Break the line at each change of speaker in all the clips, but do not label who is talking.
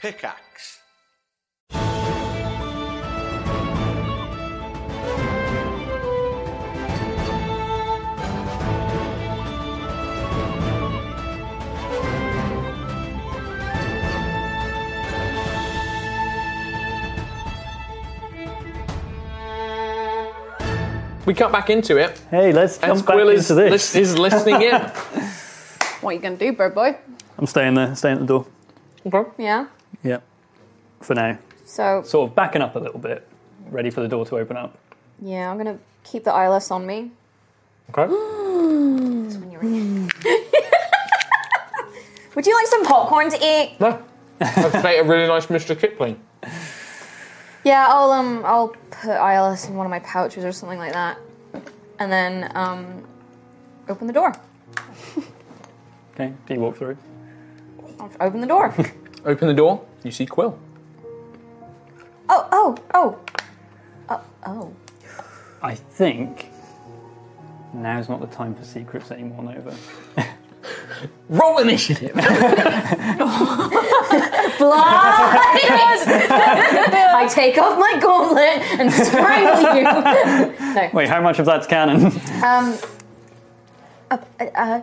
Pickaxe.
We cut back into it,
Hey, let's
and
jump back
Squill is,
into this.
lis- is listening in.
What are you going to do, bird boy?
I'm staying there, staying at the door.
Yeah.
Yeah, for now.
So,
Sort of backing up a little bit, ready for the door to open up.
yeah, I'm going to keep the eyeless on me.
Okay.
Would you like some popcorn to eat?
No. I've made a really nice Mr. Kipling.
Yeah, I'll um I'll put ILS in one of my pouches or something like that, and then um open the door.
Okay, do you walk through?
Open the door.
Open the door, you see Quill.
oh oh oh oh oh.
I think now's not the time for secrets anymore, Nova.
Roll initiative!
Blind! I take off my gauntlet and strangle you. no.
Wait, how much of that's canon?
Um. Uh, uh,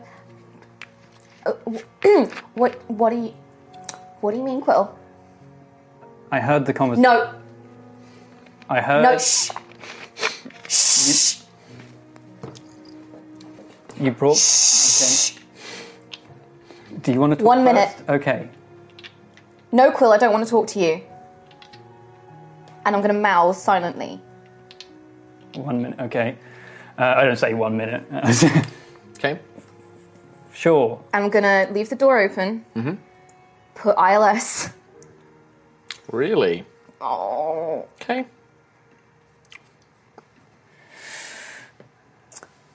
uh, uh, what what do you what do you mean, Quill?
I heard the conversation.
No
I heard
no shh.
you brought. Okay. Do you want to talk
One minute.
first? Okay.
No, Quill, I don't want to talk to you. And I'm going to mouth silently.
One minute. Okay. Uh, I don't say one minute.
Okay.
sure.
I'm going to leave the door open, put ILS.
Really?
Oh.
Okay.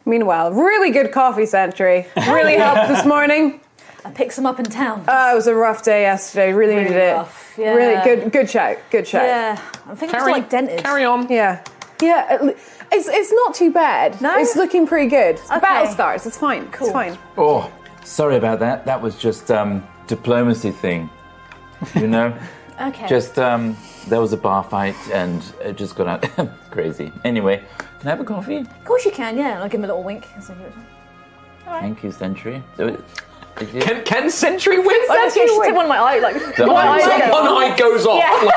Meanwhile, really good coffee century. Really helped this morning.
I picked some up in town.
Uh, it was a rough day yesterday. Really,
Really
needed it.
rough, yeah.
Really good. Good shout. Good shout.
yeah, I think it's
Carry,
like dented.
carry on.
Yeah. Yeah, at le- It's, it's not too bad.
No?
It's looking pretty good.
Okay.
Battle scars. It's fine.
Cool.
It's fine.
Oh, sorry about that. That was just um, diplomacy thing, you know.
Okay.
Just um, there was a bar fight and it just got out crazy. Anyway, can I have a coffee?
of course you can. Yeah, I'll give him a little wink.
Thank you, Century. So it- it-
Can, can Sentry win?
Honestly, she did one of my eye like.
the
One
eye-
eye goes off. like-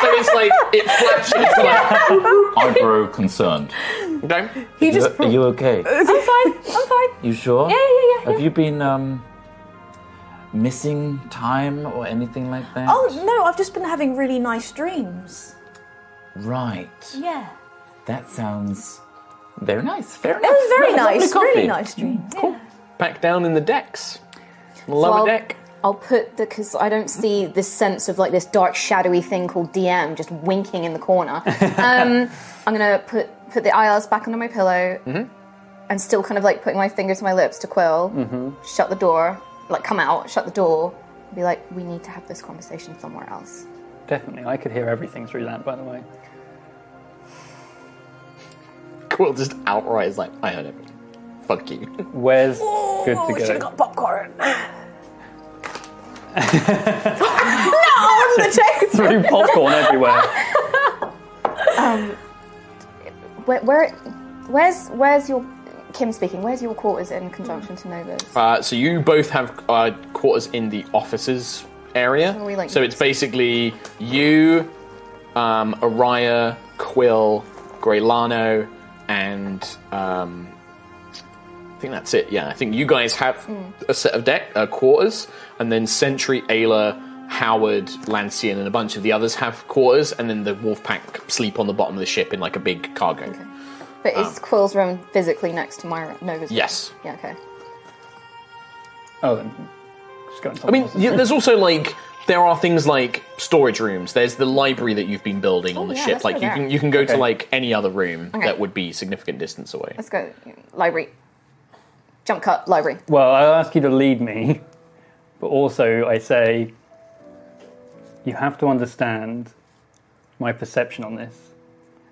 so it's like, it flashes. Like,
eyebrow concerned.
okay.
He just.
You're- are you okay?
I'm fine. I'm fine.
You sure?
Yeah, yeah, yeah,
Have
yeah.
you been um, missing time or anything like that?
Oh no, I've just been having really nice dreams.
right.
Yeah.
That sounds very nice. Fair
It
enough.
was very
Lo- lovely
nice.
coffee.
Really nice dream. Yeah.
Back down in the decks. Lower
I'll-
deck.
I'll put the, because I don't see this sense of like this dark shadowy thing called DM just winking in the corner. um, I'm going to put, put the ILS back under my pillow
Mm-hmm.
and still kind of like putting my finger to my lips to Quill,
Mm-hmm.
shut the door, like come out, shut the door, be like, we need to have this conversation somewhere else.
Definitely. I could hear everything through that, by the way.
Quill just outright is like, I heard everything. Fuck you.
Where's good
Oh,
to
should have
go?
got popcorn.
Through popcorn everywhere.
Where, where, where's, where's your, Kim speaking, where's your quarters in conjunction to Nova's?
Uh, so you both have uh, quarters in the offices area.
we, like,
so it's basically you, um, Araya, Quill, Greylano, and um, I think that's it. Yeah, I think you guys have
Hmm.
a set of deck uh, quarters, and then Sentry, Ayla, Howard, Lancian, and a bunch of the others have quarters, and then the Wolfpack sleep on the bottom of the ship in like a big cargo.
But is Quill's room physically next to my room? Nova's
uh. Yes.
room? Yeah, okay.
Oh, then. Just go and
I mean, you, there's also like there are things like storage rooms. There's the library that you've been building on
Oh,
the
yeah,
ship.
let's
Like
go
you
there.
can you can go to
Okay.
like any other room
Okay.
that would be significant distance away.
Let's go. Library. Jump cut, library.
Well, I'll ask you to lead me, but also I say you have to understand my perception on this.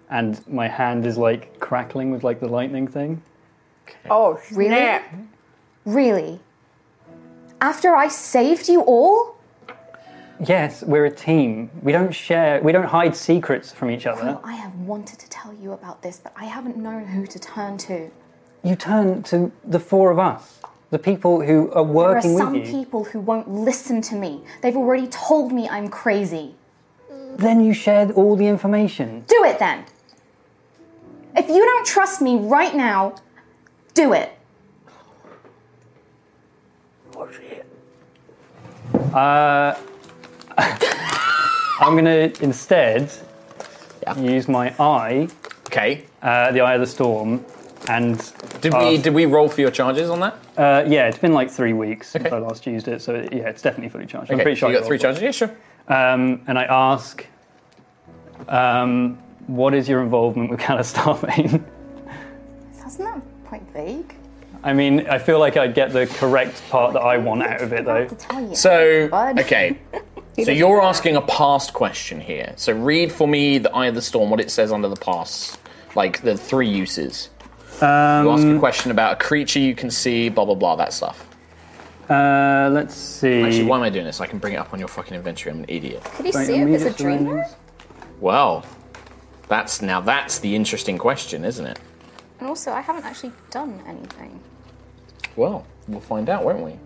And my hand is like crackling with like the lightning thing.
Oh,
Really?
snap.
Really? After I saved you all?
Yes, we're a team. We don't share, we don't hide secrets from each other.
I have wanted to tell you about this, but I haven't known who to turn to.
You turn to the four of us, the people who are
There are
working
some
with you.
people who won't listen to me. They've already told me I'm crazy.
Then you shared all the information.
Do it then. If you don't trust me right now, do it.
I'm going to instead
Yeah.
use my eye,
Okay.
uh, the eye of the storm, and
Did we
Uh,
did we roll for your charges on that?
uh, yeah, it's been like three weeks since
Okay.
I last used it, so yeah, it's definitely fully charged. I'm
Okay,
pretty
so
sure
you
I
got three
rolled
charges. Yeah, sure.
Um, and I ask, um, what is your involvement with Callus Starvein?
Doesn't that quite vague?
I mean, I feel like I get the correct part that I want out of it,
I
though.
have to tell you.
So
bud.
okay. So you're asking a past question here. So read for me the Eye of the Storm, what it says under the past, like the three uses. You ask a
Um,
question about a creature you can see, blah blah blah, that stuff.
uh, let's see.
Actually, why am I doing this? I can bring it up on your fucking adventure. I'm an idiot.
Could you
Right,
see if it's a
immediate surroundings.
dreamer?
Well, that's now that's the interesting question, isn't it?
And also, I haven't actually done anything.
Well, we'll find out, won't we?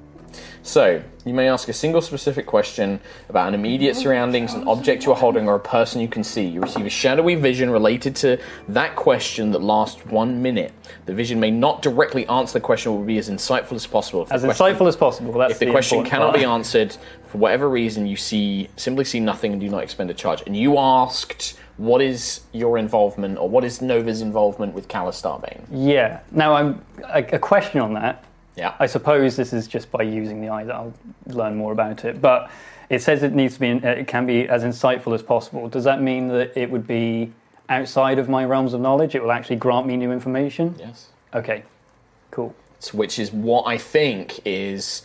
So, you may ask a single specific question about an immediate surroundings, an object you are holding, or a person you can see. You receive a shadowy vision related to that question that lasts one minute. The vision may not directly answer the question, but will be as insightful as possible. If the
As
question-
insightful as possible. That's
if the, question
important
cannot
part.
be answered for whatever reason you see simply see nothing and do not expend a charge and you asked what is your involvement or what is nova's involvement with callus starbane
Yeah. Now, I'm a, a question on that.
yeah
I suppose this is just by using the eye that I'll learn more about it. But it says it needs to be, uh, it can be as insightful as possible. Does that mean that it would be outside of my realms of knowledge? It will actually grant me new information.
yes
Okay. Cool.
which is what i think is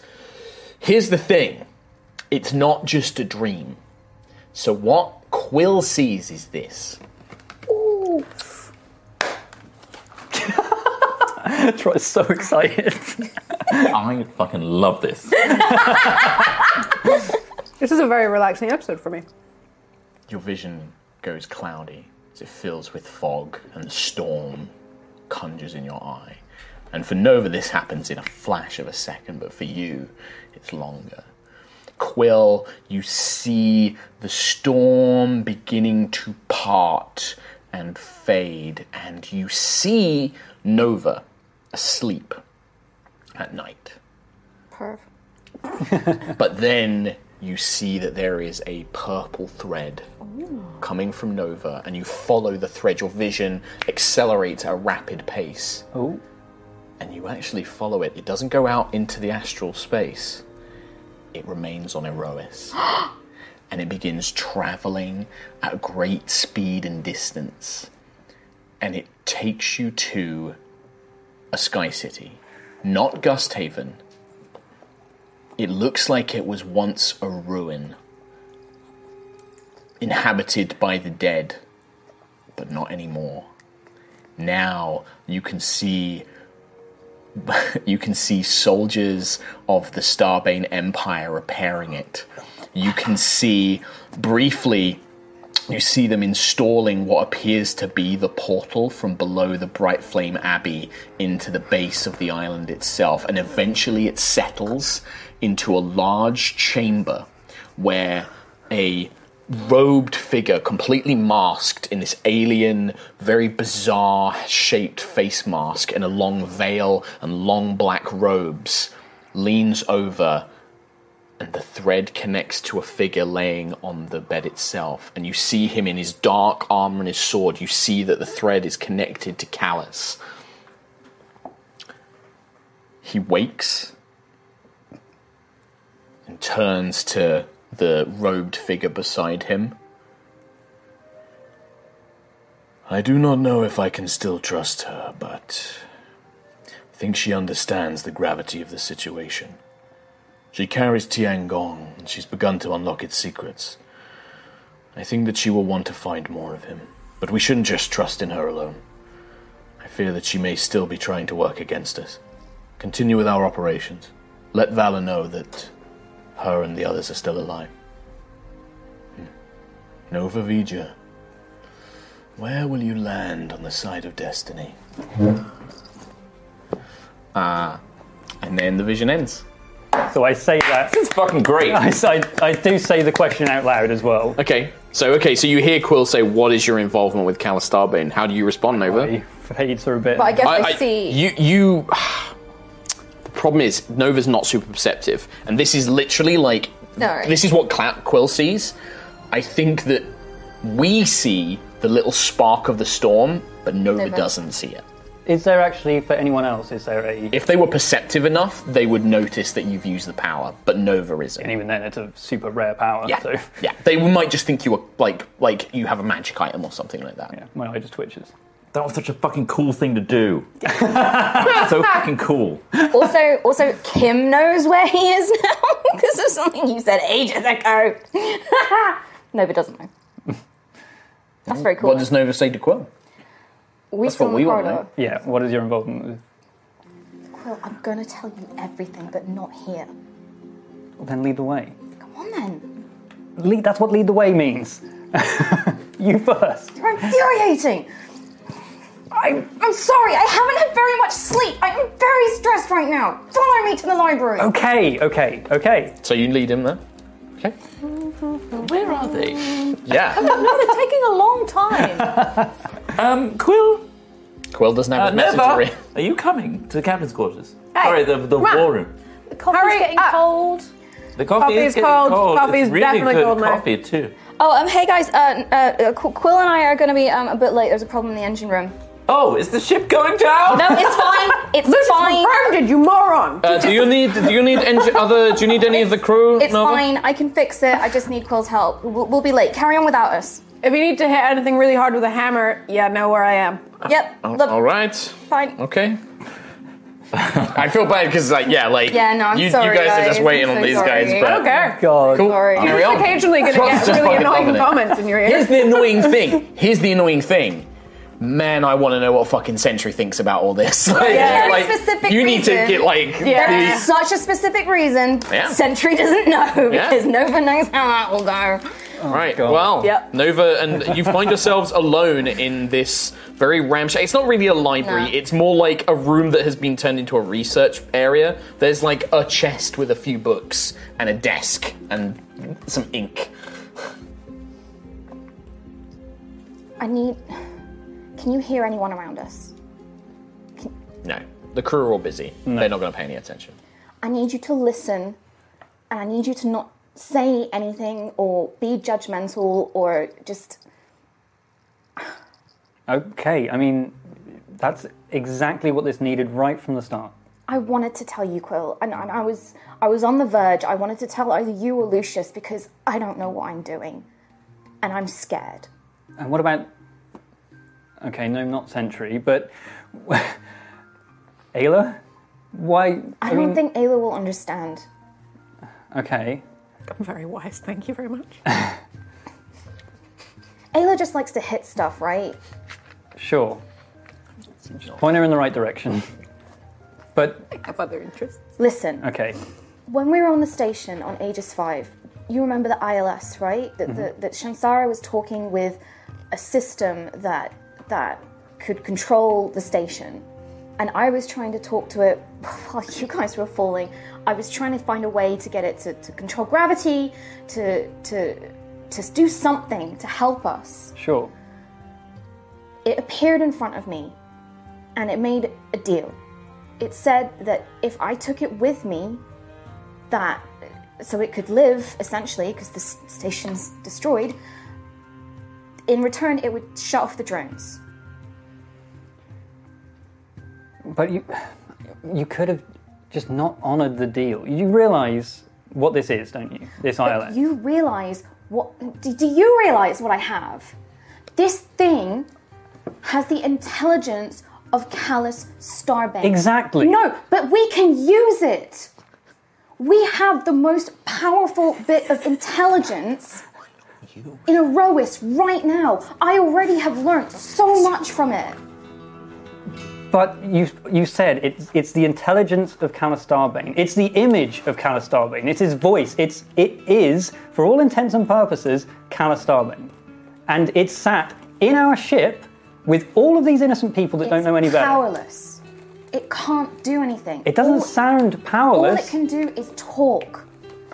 here's the thing it's not just a dream so what quill sees is this
Troy's so excited.
I fucking love this.
This is a very relaxing episode for me.
your vision goes cloudy as it fills with fog and the storm conjures in your eye. And for Nova, this happens in a flash of a second, but for you, it's longer. Quill, you see the storm beginning to part and fade, and you see Nova asleep at night.
Perv.
But then you see that there is a purple thread coming from Nova, and you follow the thread. Your vision accelerates at a rapid pace,
oh.
and you actually follow it. It doesn't go out into the astral space, it remains on Erois. and it begins traveling at great speed and distance. And it takes you to a sky city, not Gusthaven. It looks like it was once a ruin, inhabited by the dead, but not anymore. Now you can see you can see soldiers of the Starbane Empire repairing it. You can see briefly you see them installing what appears to be the portal from below the Bright Flame Abbey into the base of the island itself, and eventually it settles into a large chamber where a robed figure, completely masked in this alien, very bizarre shaped face mask and a long veil and long black robes, leans over and the thread connects to a figure laying on the bed itself. And you see him in his dark armor and his sword. You see that the thread is connected to Callus. He wakes and turns to the robed figure beside him. I do not know if I can still trust her, but I think she understands the gravity of the situation. She carries Tiangong, and she's begun to unlock its secrets. I think that she will want to find more of him, but we shouldn't just trust in her alone. I fear that she may still be trying to work against us. Continue with our operations. Let Valor know that her and the others are still alive. Hmm.
Nova Vija, where will you land on the side of destiny?
Hmm. Uh, And then the vision ends.
So I say that.
It's fucking great.
I, I, I do say the question out loud as well.
Okay. So okay, so you hear Quill say, "What is your involvement with Calistarbane? How do you respond, Nova?"
He fades for a bit.
But I guess I,
I- I-
see.
You, you. The problem is Nova's not super perceptive, and this is literally like
No.
this is what Cla- Quill sees. I think that we see the little spark of the storm, but Nova,
Nova.
doesn't see it.
is there actually for anyone else? Is there a?
If they were perceptive enough, they would notice that you've used the power, but Nova isn't.
And even then, it's a super rare power.
yeah,
So
yeah. They might just think you were like like you have a magic item or something like that.
yeah, my eye just twitches.
That was such a fucking cool thing to do. so fucking cool.
also, also, Kim knows where he is now because of something you said ages ago. no, but doesn't know. That's very cool.
What does Nova say to Quill?
we
that's what
still in
we
the
want, eh?
corridor.
Yeah. What is your involvement with?
Quill, I'm going to tell you everything, but not here.
Well, then lead the way.
Come on then.
Lead. That's what lead the way means. you first.
You're infuriating. I, I'm sorry, I haven't had very much sleep. I'm very stressed right now. Follow me to the library.
Oh,
Okay. Okay. Okay.
So you lead him there. Okay.
Where are they?
Yeah.
No, they're taking a long time.
Um, Quill,
Quill doesn't have
uh,
his message.
Nova,
read.
are you coming to the captain's quarters? Sorry, the, the
on.
war room.
The coffee's
Hurry
getting
up.
cold.
The coffee,
Coffee
is,
is
getting
cold. Coffee
It's
is
really
definitely
good
cold now.
coffee too.
Oh, um, hey guys, uh, uh, uh, Qu- Quill and I are going to be um, a bit late. There's a problem in the engine room.
Oh, is the ship going down?
No, it's fine. It's
Lucius
fine.
grounded, you moron!
Uh, do you need do you need any other do you need any of the crew?
It's
Nova?
fine. I can fix it. I just need Quill's help. We'll, we'll be late. Carry on without us.
If you need to hit anything really hard with a hammer, yeah, know where I am.
Yep. look,
Uh, All right.
Fine.
Okay. I feel bad because like yeah like
Yeah, no, I'm
you, you
sorry,
guys, are
guys.
just waiting
I'm
on
so
these
sorry.
guys.
I
But
don't care.
God.
Cool.
Sorry.
Carry
You're
on.
just occasionally gonna get
Uh, Just
really
fucking
annoying
loving it.
comments in your
Here's
ear.
the annoying thing. Here's the annoying thing. Man, I want to know what fucking Sentry thinks about all this. Like,
Yeah.
like,
Very specific
you need to
reason.
get like
There's
the-
such a specific reason.
Yeah.
Sentry doesn't know because Nova knows how that will go.
Right.
God.
Well,
Yep.
Nova, and you find yourselves alone in this very ramshackle. It's not really a library.
No.
It's more like a room that has been turned into a research area. There's like a chest with a few books and a desk and some ink.
I need. Can you hear anyone around us?
No, the crew are all busy. They're not going to pay any attention.
I need you to listen, and I need you to not say anything or be judgmental or just.
Okay. I mean, that's exactly what this needed right from the start.
I wanted to tell you, Quill, and, and I was I was on the verge. I wanted to tell either you or Lucius because I don't know what I'm doing, and I'm scared.
And what about? Okay, no, not Sentry, but Ayla. Why?
I don't think Ayla will understand.
Okay.
I'm very wise, thank you very much.
Ayla just likes to hit stuff, right?
Sure. Point her in the right direction. But
I have other interests.
Listen,
okay,
when we were on the station on Aegis 5, you remember the ILS, right? That, that, that Shansara was talking with a system that, that could control the station. And I was trying to talk to it while you guys were falling. I was trying to find a way to get it to, to control gravity, to, to, to do something to help us.
sure.
It appeared in front of me, and it made a deal. It said that if I took it with me, that so it could live essentially, because the s- station's destroyed. In return, it would shut off the drones.
But you, you could have just not honoured the deal. You realise what this is, don't you? This
But
island.
do you realize what? Do, do you realize what I have? This thing has the intelligence of Callus Starbase.
Exactly.
No, but we can use it. We have the most powerful bit of intelligence in Erois right now. I already have learnt so much from it.
But you, you said it's, it's the intelligence of Calistarbane. It's the image of Calistarbane. It's his voice. It's, it is, for all intents and purposes, Calistarbane. and it sat in our ship with all of these innocent people that don't know any better.
Powerless. It can't do anything.
It doesn't
all,
sound
All
powerless.
it can do is talk.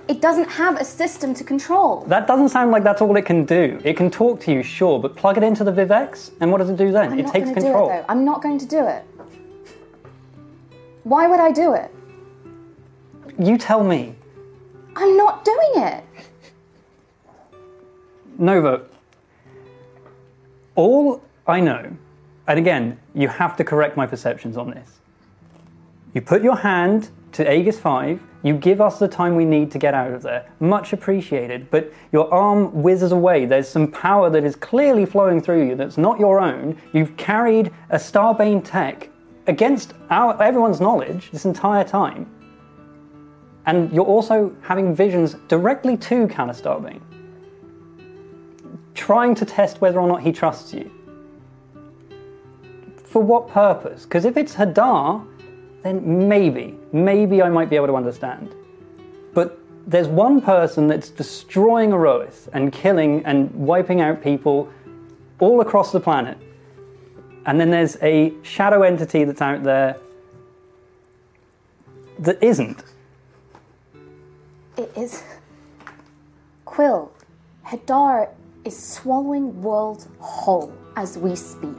It doesn't have a system to control.
That doesn't sound like that's all it can do. It can talk to you, sure, but plug it into the Vivex, and what does it do then?
I'm
it
not
takes
gonna
control.
do it though. I'm not going to do it. Why would I do it?
you tell me.
I'm not doing it.
Nova, all I know, and again, you have to correct my perceptions on this. You put your hand to Aegis 5, you give us the time we need to get out of there. Much appreciated, but your arm whizzes away. There's some power that is clearly flowing through you that's not your own. You've carried a Starbane tech against our, everyone's knowledge this entire time. And you're also having visions directly to Cana Starbane trying to test whether or not he trusts you. For what purpose? Because if it's Hadar, then maybe, maybe I might be able to understand. But there's one person that's destroying Erois and killing and wiping out people all across the planet. And then there's a shadow entity that's out there that isn't.
It is. Quill, Hadar is swallowing world whole as we speak,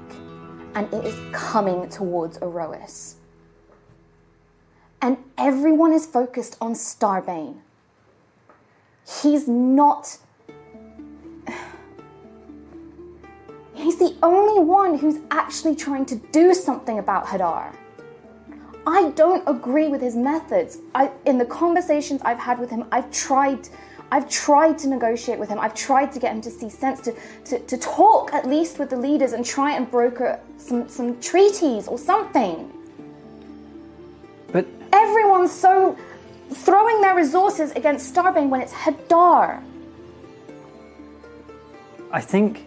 and it is coming towards Erois. And everyone is focused on Starbane. He's not. He's the only one who's actually trying to do something about Hadar. I don't agree with his methods. I, in the conversations I've had with him, I've tried, I've tried to negotiate with him. I've tried to get him to see sense, to, to, to talk at least with the leaders and try and broker some, some treaties or something.
But
Everyone's so throwing their resources against Starbane when it's Hadar.
I think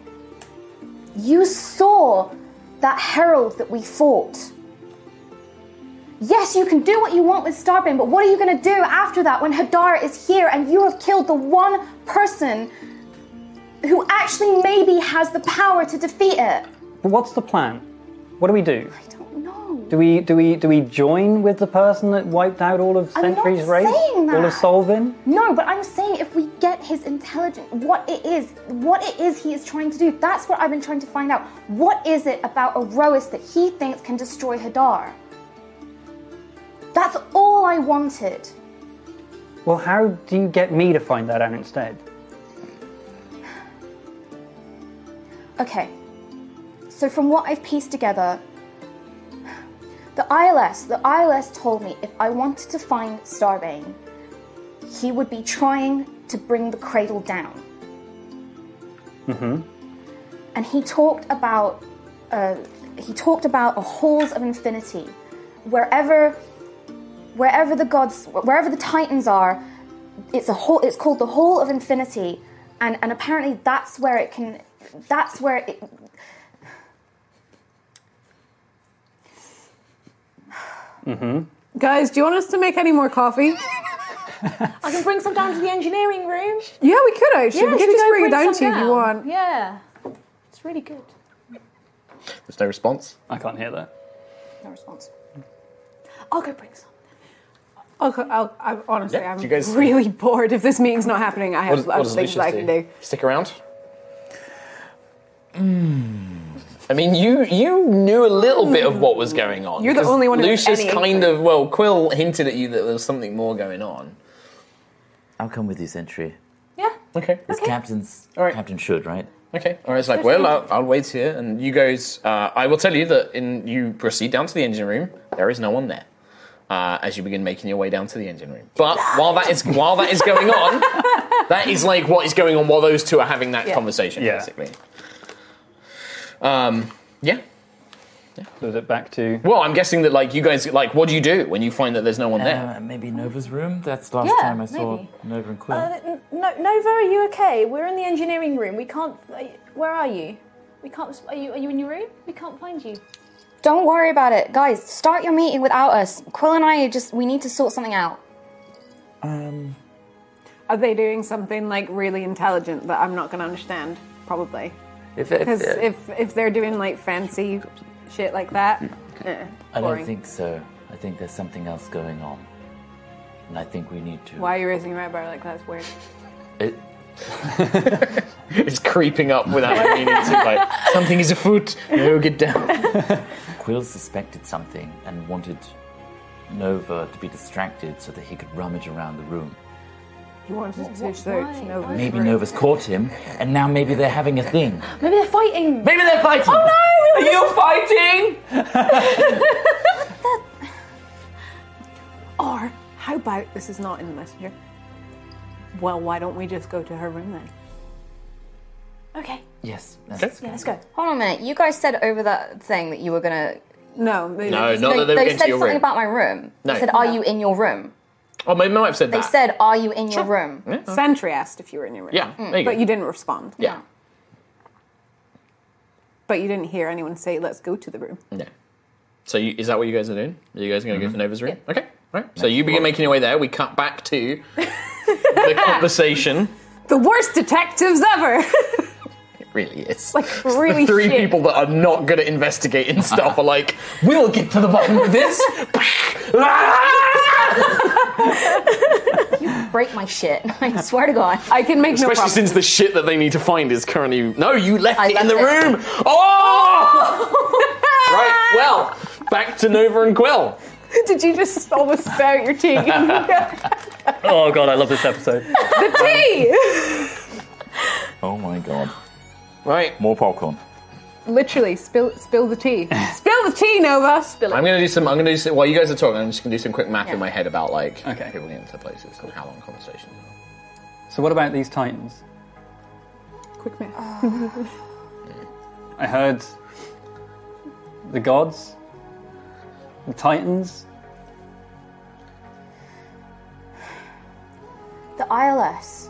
You saw that herald that we fought. Yes, you can do what you want with Starbane, but what are you going to do after that when Hadara is here and you have killed the one person who actually maybe has the power to defeat it?
but what's the plan? What do we do?
I don't know.
Do we do we do we join with the person that wiped out all of
I'm not
Century's race?
saying
All of
that.
Solvin?
No, but I'm saying if we get his intelligence, what it is, what it is he is trying to do, that's what I've been trying to find out. What is it about Erois that he thinks can destroy Hadar? That's all I wanted.
Well, how do you get me to find that out instead?
Okay. So from what I've pieced together, the ILS, the ILS told me if I wanted to find Starbane, he would be trying to bring the cradle down. Mm-hmm. And he talked about uh, he talked about a halls of infinity. Wherever wherever the gods wherever the titans are, it's a hall it's called the hall of infinity and and apparently that's where it can that's where it
Guys, do you want us to make any more coffee?
I can bring some down to the engineering room.
yeah, we could actually. we could
should
just
go
bring it down
some
to you if you want.
Yeah. It's really good.
There's no response.
I can't hear that.
no response
I'll go bring some.
I'll, co- I'll, i honestly,
Yeah,
I'm
do you guys-
really bored. If this meeting's not happening, I
What,
have
what
other
does Lucius
things that I
do?
can do.
Stick around. Hmm. I mean, you you knew a little bit of what was going on.
You're the
'cause
only one who has
Lucius
any
kind of well, Quill hinted at you that there was something more going on.
I'll come with you, Sentry.
Yeah.
Okay.
It's captain's
All right.
captain should, right?
Okay. All right. It's like, well, I'll, I'll wait here, and you guys. Uh, I will tell you that in you proceed down to the engine room. There is no one there. Uh, as you begin making your way down to the engine room, but while that is while that is going on, that is like what is going on while those two are having that conversation,
Yeah.
basically. Um, yeah.
So is it back to
Well, I'm guessing that like you guys like, what do you do when you find that there's no one
Um.
there?
Uh, maybe Nova's room. That's the last
Yeah,
time I saw
maybe.
Nova and Quill.
Uh, n- no, Nova, are you okay? We're in the engineering room. We can't. are you- Where are you? We can't. Are you? Are you in your room? We can't find you.
don't worry about it guys start your meeting without us quill and i are just we need to sort something out
um,
Are they doing something like really intelligent that I'm not going to understand? Probably.
If, if,
Because
uh,
if if they're doing like fancy shit like that, eh,
I don't
boring.
think so. I think there's something else going on, and I think we need to.
Why are you raising your eyebrow like that? It's weird.
It-
It's creeping up without my meaning to. Like something is afoot. No, get down.
Quill suspected something and wanted Nova to be distracted so that he could rummage around the room.
He wanted to search Nova.
Maybe Nova's caught him, and now maybe they're having a thing.
Maybe they're fighting.
Maybe they're fighting. Oh no! Are you fighting?
Or how about this is not in the messenger? Well, why don't we just go to her room then?
Okay,
Yes.
Okay.
That's
yeah, let's go.
Hold on a minute. You guys said over that thing that you were gonna.
No, maybe
No,
just-
not that they were
they
getting
said
to your
something
room.
about my room.
No.
They said, "Are you in your room?"
oh, maybe I might have said
They
that.
said, Mm. "Are you in your room?"
Sentry asked if you were in your room.
yeah, there you go.
But you didn't respond.
yeah,
But you didn't hear anyone say, "Let's go to the room."
no. So you, is that what you guys are doing? Are you guys going to go to Nova's room? Okay, all right. So you begin making your way there. We cut back to the conversation.
The worst detectives ever.
It really is.
like
the
really
three
shit.
people that are not good at investigating stuff are like, we'll get to the bottom of this.
Break my shit. I swear to God.
I can make no
Especially
promises.
since the shit that they need to find is currently. No, you left
I
it in
left
the
it.
room. Oh! right. Well, back to Nova and Quill.
Did you just almost spit out your tea?
Oh god, I love this episode.
tea.
Oh my god.
Right.
More popcorn.
Literally, spill spill the tea. Spill the tea, Nova. Spill
I'm gonna do some. I'm gonna do some, while you guys are talking. I'm just gonna do some quick math
Yeah.
in my head about like
Okay.
people getting to places and how long conversations. are.
So what about these titans?
Quick minute.
Ah.
I heard the gods, the titans.
The ILS.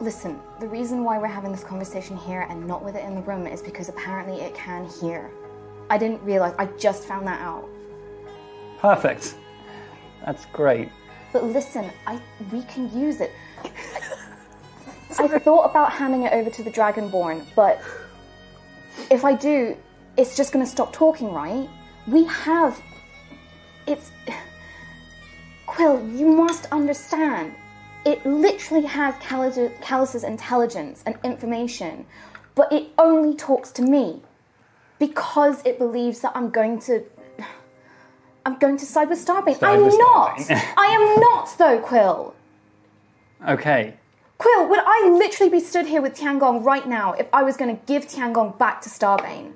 Listen, the reason why we're having this conversation here and not with it in the room is because apparently it can hear. I didn't realize. I just found that out.
Perfect. That's great.
But listen, I we can use it. I thought about handing it over to the Dragonborn, but if I do, it's just going to stop talking, right? We have. It's. Quill, you must understand. It literally has Callis- Callus's intelligence and information, but it only talks to me because it believes that I'm going to. I'm going to side with Starbane.
Side
I'm
with
not.
Starbane.
I am not, though, Quill.
Okay.
Quill, would I literally be stood here with Tiangong right now if I was going to give Tiangong back to Starbane?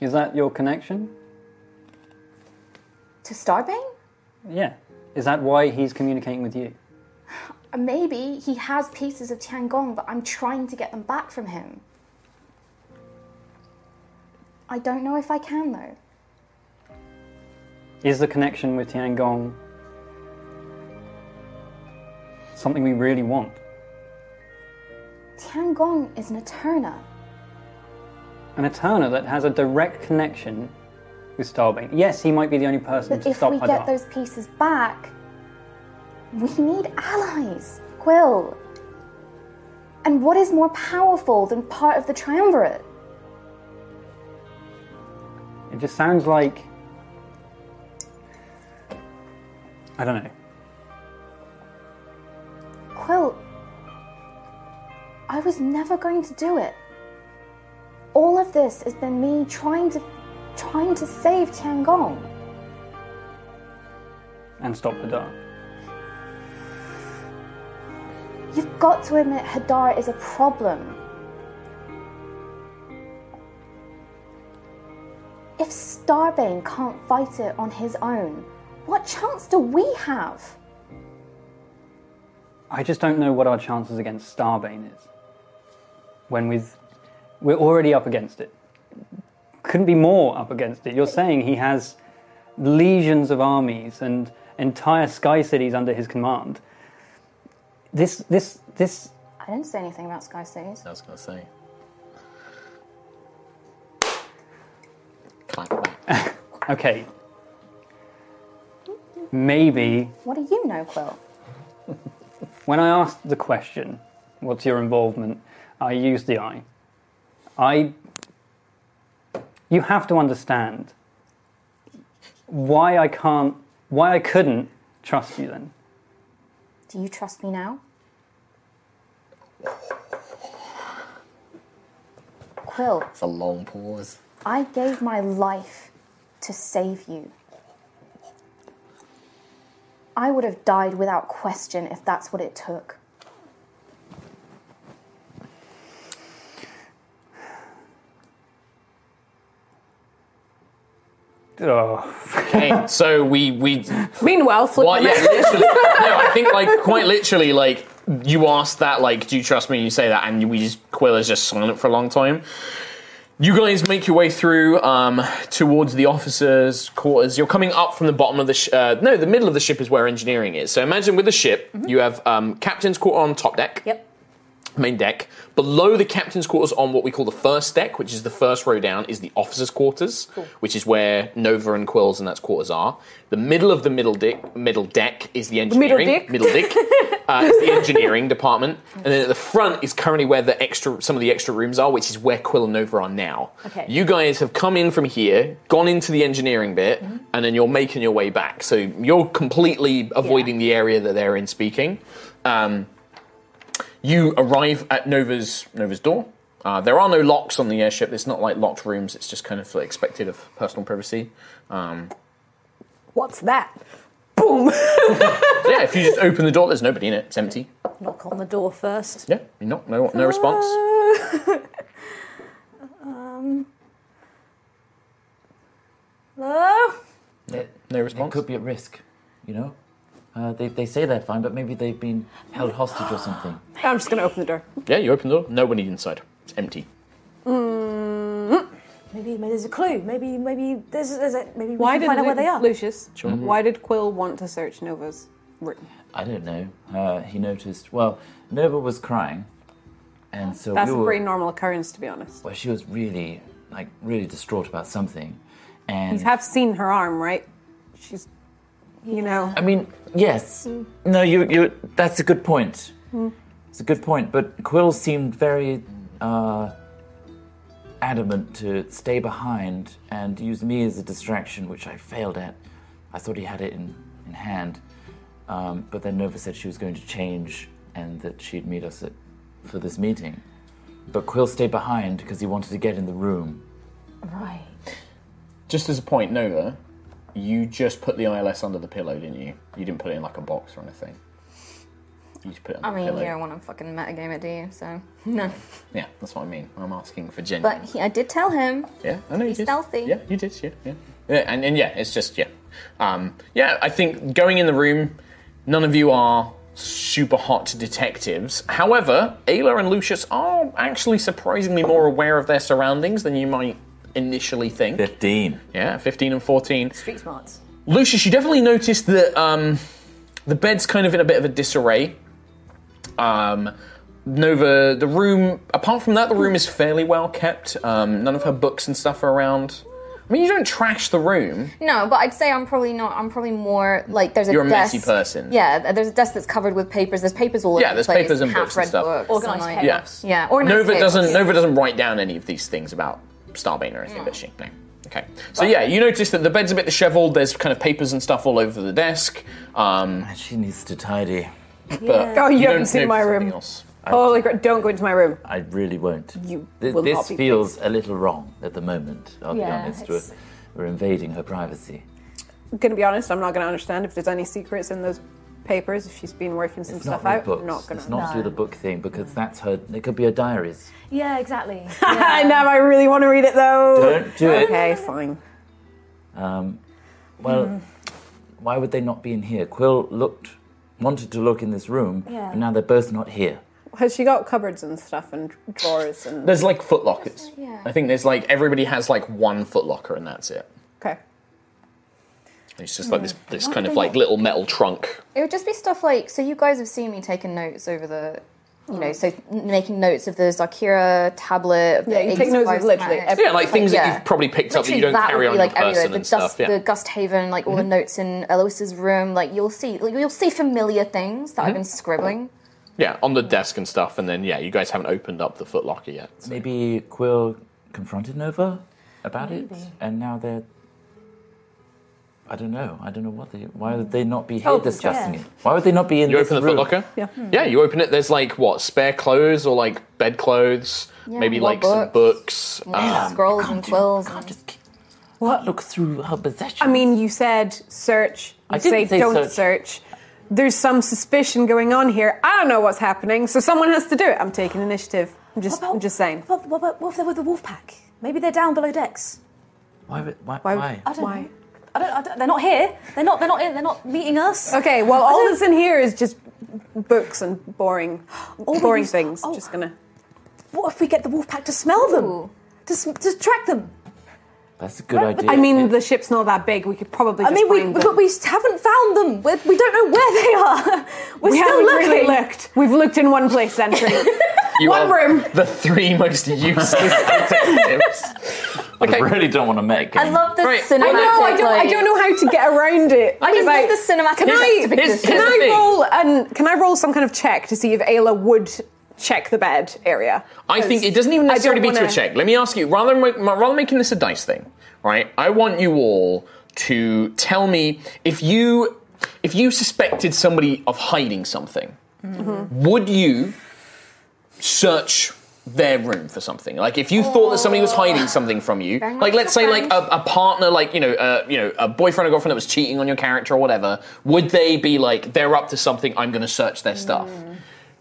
Is that your connection?
To Starbane?
Yeah. Is that why he's communicating with you?
Uh, Maybe he has pieces of Tiangong, but I'm trying to get them back from him. I don't know if I can, though.
Is the connection with Tiangong something we really want?
Tiangong is an Eterna.
An Eterna that has a direct connection with Starbane. Yes, he might be the only person
But
to
if
stop
we
Hadar.
get those pieces back, we need allies, Quill. And what is more powerful than part of the Triumvirate?
It just sounds like I don't know.
Quill, I was never going to do it. All of this has been me trying to trying to save Tiangong.
And stop Hadar.
You've got to admit Hadara is a problem. If Starbane can't fight it on his own, what chance do we have?
I just don't know what our chances against Starbane is. When with we're already up against it. Couldn't be more up against it. You're saying he has legions of armies and entire sky cities under his command. This this this
I didn't say anything about Sky Cities.
I was gonna say. Clap back.
okay. Maybe
What do you know, Quill?
When I asked the question, what's your involvement? I use the eye. I. You have to understand why I can't, why I couldn't trust you then.
Do you trust me now? Quill,
It's a long pause.
I gave my life to save you. I would have died without question if that's what it took.
Oh,
Okay, so we we
Meanwhile, flip
well, yeah,
them out.
literally. No, I think like quite literally, like you asked that, like, do you trust me? And you say that, and we just Quill is just silent for a long time. You guys make your way through um, towards the officers' quarters. You're coming up from the bottom of the sh- uh, no, the middle of the ship is where engineering is. So imagine with the ship, you have um, captain's quarter on top deck
Mm-hmm. Yep.
main deck. Below the captain's quarters, on what we call the first deck, which is the first row down, is the officers' quarters, which is where Nova and Quills and that's quarters are. The middle of the middle deck, middle deck is the engineering
dick.
dick, uh, is the engineering department, and then at the front is currently where the extra some of the extra rooms are, which is where Quill and Nova are now.
Okay.
You guys have come in from here, gone into the engineering bit, and then you're making your way back. So you're completely avoiding the area that they're in speaking. Um, you arrive at Nova's Nova's door. Uh, there are no locks on the airship. It's not like locked rooms. It's just kind of like, expected of personal privacy. Um,
What's that? Boom!
so yeah, if you just open the door, there's nobody in it. It's empty.
Knock on the door first.
Yeah, you knock, no, no response.
Um.
Hello?
No
They
response.
could be at risk, you know? Uh, they, they say they're fine, but maybe they've been held hostage or something.
I'm just gonna open the door.
Yeah, you open the door. Nobody inside. It's empty.
Maybe, maybe there's a clue. Maybe, maybe there's, there's a, maybe we
Why
can
did
find out
Lu-
where they are.
Lucius? Why did Quill want to search Nova's room?
I don't know. Uh, he noticed, well, Nova was crying, and so
That's
we
a
were.
pretty normal occurrence, to be honest.
well, she was really, like, really distraught about something. And
You have seen her arm, right? She's, you know,
I mean, yes. No, you, you. That's a good point. It's a good point. But Quill seemed very uh, adamant to stay behind and use me as a distraction, which I failed at. I thought he had it in in hand, um, but then Nova said she was going to change and that she'd meet us at, for this meeting. But Quill stayed behind because he wanted to get in the room.
Right.
Just as a point, Nova, you just put the ILS under the pillow, didn't you? You didn't put it in like a box or anything. You just put it under
I mean,
the pillow.
you don't want to fucking metagame it, do you? So, no.
Yeah, that's what I mean. I'm asking for genuine.
But he, I did tell him.
Yeah, I know you
Be
did.
stealthy.
Yeah, you did. Yeah, yeah, yeah. And, and yeah, it's just yeah, um, yeah. I think going in the room, none of you are super hot detectives. However, Ayla and Lucius are actually surprisingly more aware of their surroundings than you might initially think.
Fifteen.
Yeah, fifteen and fourteen.
Street smarts.
Lucius, you definitely noticed that um, the bed's kind of in a bit of a disarray. Um, Nova, the room, apart from that, the room is fairly well kept. Um, none of her books and stuff are around. I mean, you don't trash the room.
No, but I'd say I'm probably not. I'm probably more like there's a
You're a
desk.
messy person.
Yeah, th- there's a desk that's covered with papers. There's papers all over
Yeah,
the
there's
place.
papers and
half
books and
read
stuff.
Books
Organised
and, like,
Yes.
chaos.
Yeah, organized
Nova
chaos.
doesn't. Nova doesn't write down any of these things about Starbane or anything, does she? No. Okay. So yeah, you notice that the bed's a bit disheveled. There's kind of papers and stuff all over the desk. Um,
She needs to tidy.
but
Oh, you haven't
don't
seen my
notice
room.
anything else.
holy crap, don't go into my room.
I really won't.
You
Th-
will
this
not be
feels a little wrong at the moment. I'll be
Yeah,
honest. We're,
it's-
we're invading her privacy.
Gonna be honest, I'm not gonna understand if there's any secrets in those papers, if she's been working some
It's
stuff
not with
out.
books.
I'm not gonna.
it's not through the book thing because that's her. It could be her diaries.
Yeah, exactly.
I know, I really want to read it though.
Don't do it.
Okay, fine.
Um, well,
Mm.
why would they not be in here? Quill looked, wanted to look in this room,
Yeah.
and now they're both not here.
Has she got cupboards and stuff and drawers and.
There's like foot lockers.
Yeah.
I think there's like everybody has like one foot locker and that's it.
Okay.
It's just like this this kind of like little metal trunk.
It would just be stuff like so. You guys have seen me taking notes over the, you know, so making notes of the Zakira tablet. Of the
Yeah, you take notes of
85
literally
maps.
every-
Yeah, like things
yeah.
that you've probably picked
Literally,
up that you don't
that
carry
would
on
be like
your person
everywhere. The
and stuff.
Gust,
Yeah. Mm-hmm.
the Gust Haven, like all
Mm-hmm.
the notes in Eloise's room. Like you'll see, like, you'll see familiar things that I've been scribbling.
Yeah, on the desk and stuff, and then yeah, you guys haven't opened up the footlocker yet. so-
Maybe Quill confronted Nova about it, and now they're. I don't know. I don't know what they. Why would they not be here
Oh,
discussing
yeah.
it? Why would they not be in
You
this
open the
room?
footlocker?
Yeah.
Yeah, you open it. There's like what spare clothes or like bedclothes,
Yeah,
maybe
more
like some books.
Yeah,
Um,
scrolls
Can't
and
you-
quills.
Can't
and-
just keep- can't look through her possessions.
I mean, you said search. You
I didn't say
don't
search.
search. There's some suspicion going on here. I don't know what's happening, so someone has to do it. I'm taking initiative. I'm just, I'm just saying.
What, about- what, about- what if they're with the wolf pack? Maybe they're down below decks.
why? would- Why?
Why-
why?
I don't
Why?
know. I don't, I don't. They're not here. They're not. They're not. in- They're not meeting us.
Okay, well, all that's in here is just books and boring, boring
use-
things.
oh.
Just gonna.
What if we get the wolf pack to smell them?
Ooh.
To, s- to track them.
That's a good idea.
I mean, the ship's not that big. We could probably.
I
Just
mean, we,
find
but
them.
we haven't found them. We're, we don't know where they are. We're
We
still
haven't
looking.
really looked. We've looked in one place, Sentry.
you
one
are
room.
The three most useless detectives.
I really don't want to make.
I love the
Right.
cinematic.
I know. I don't. I
like-
don't know how to get around it.
I just
Like,
love the cinematic.
Can I?
aspect of
Here's-
this.
Can
here's the
I
thing.
roll and can I roll some kind of check to see if Ayla would check the bed area?
I think it doesn't even
I don't
necessarily be to a
wanna-
check. Let me ask you, rather than, ma- rather than making this a dice thing, right? I want you all to tell me if you if you suspected somebody of hiding something,
Mm-hmm.
would you search their room for something? Like if you thought that somebody was
Oh.
hiding something from you,
Very much
like let's say
your
like a, a partner, like you know, uh, you know, a boyfriend or girlfriend that was cheating on your character or whatever, would they be like they're up to something? I'm going to search their stuff.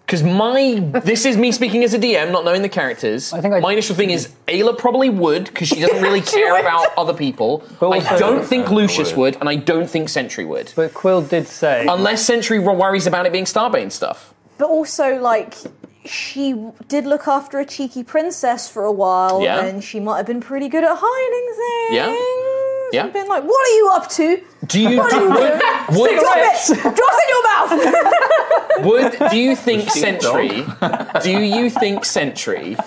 Because my this is me speaking as a DM, not knowing the characters.
I think I-
my initial thing is Ayla probably would because she doesn't really care about other people.
But
I
also-
don't think
I
Lucius
would.
would, and I don't think Sentry would,
But Quill did say.
unless Sentry worries about it being Starbane stuff.
But also, like, she w- did look after a cheeky princess for a while,
Yeah.
and she might have been pretty good at hiding things.
Yeah.
And been like, what are you up to?
Do you
What are you doing?
would,
Drop it! Drop it in your mouth!
would, do you think
she a dog?
Sentry? do you think Sentry?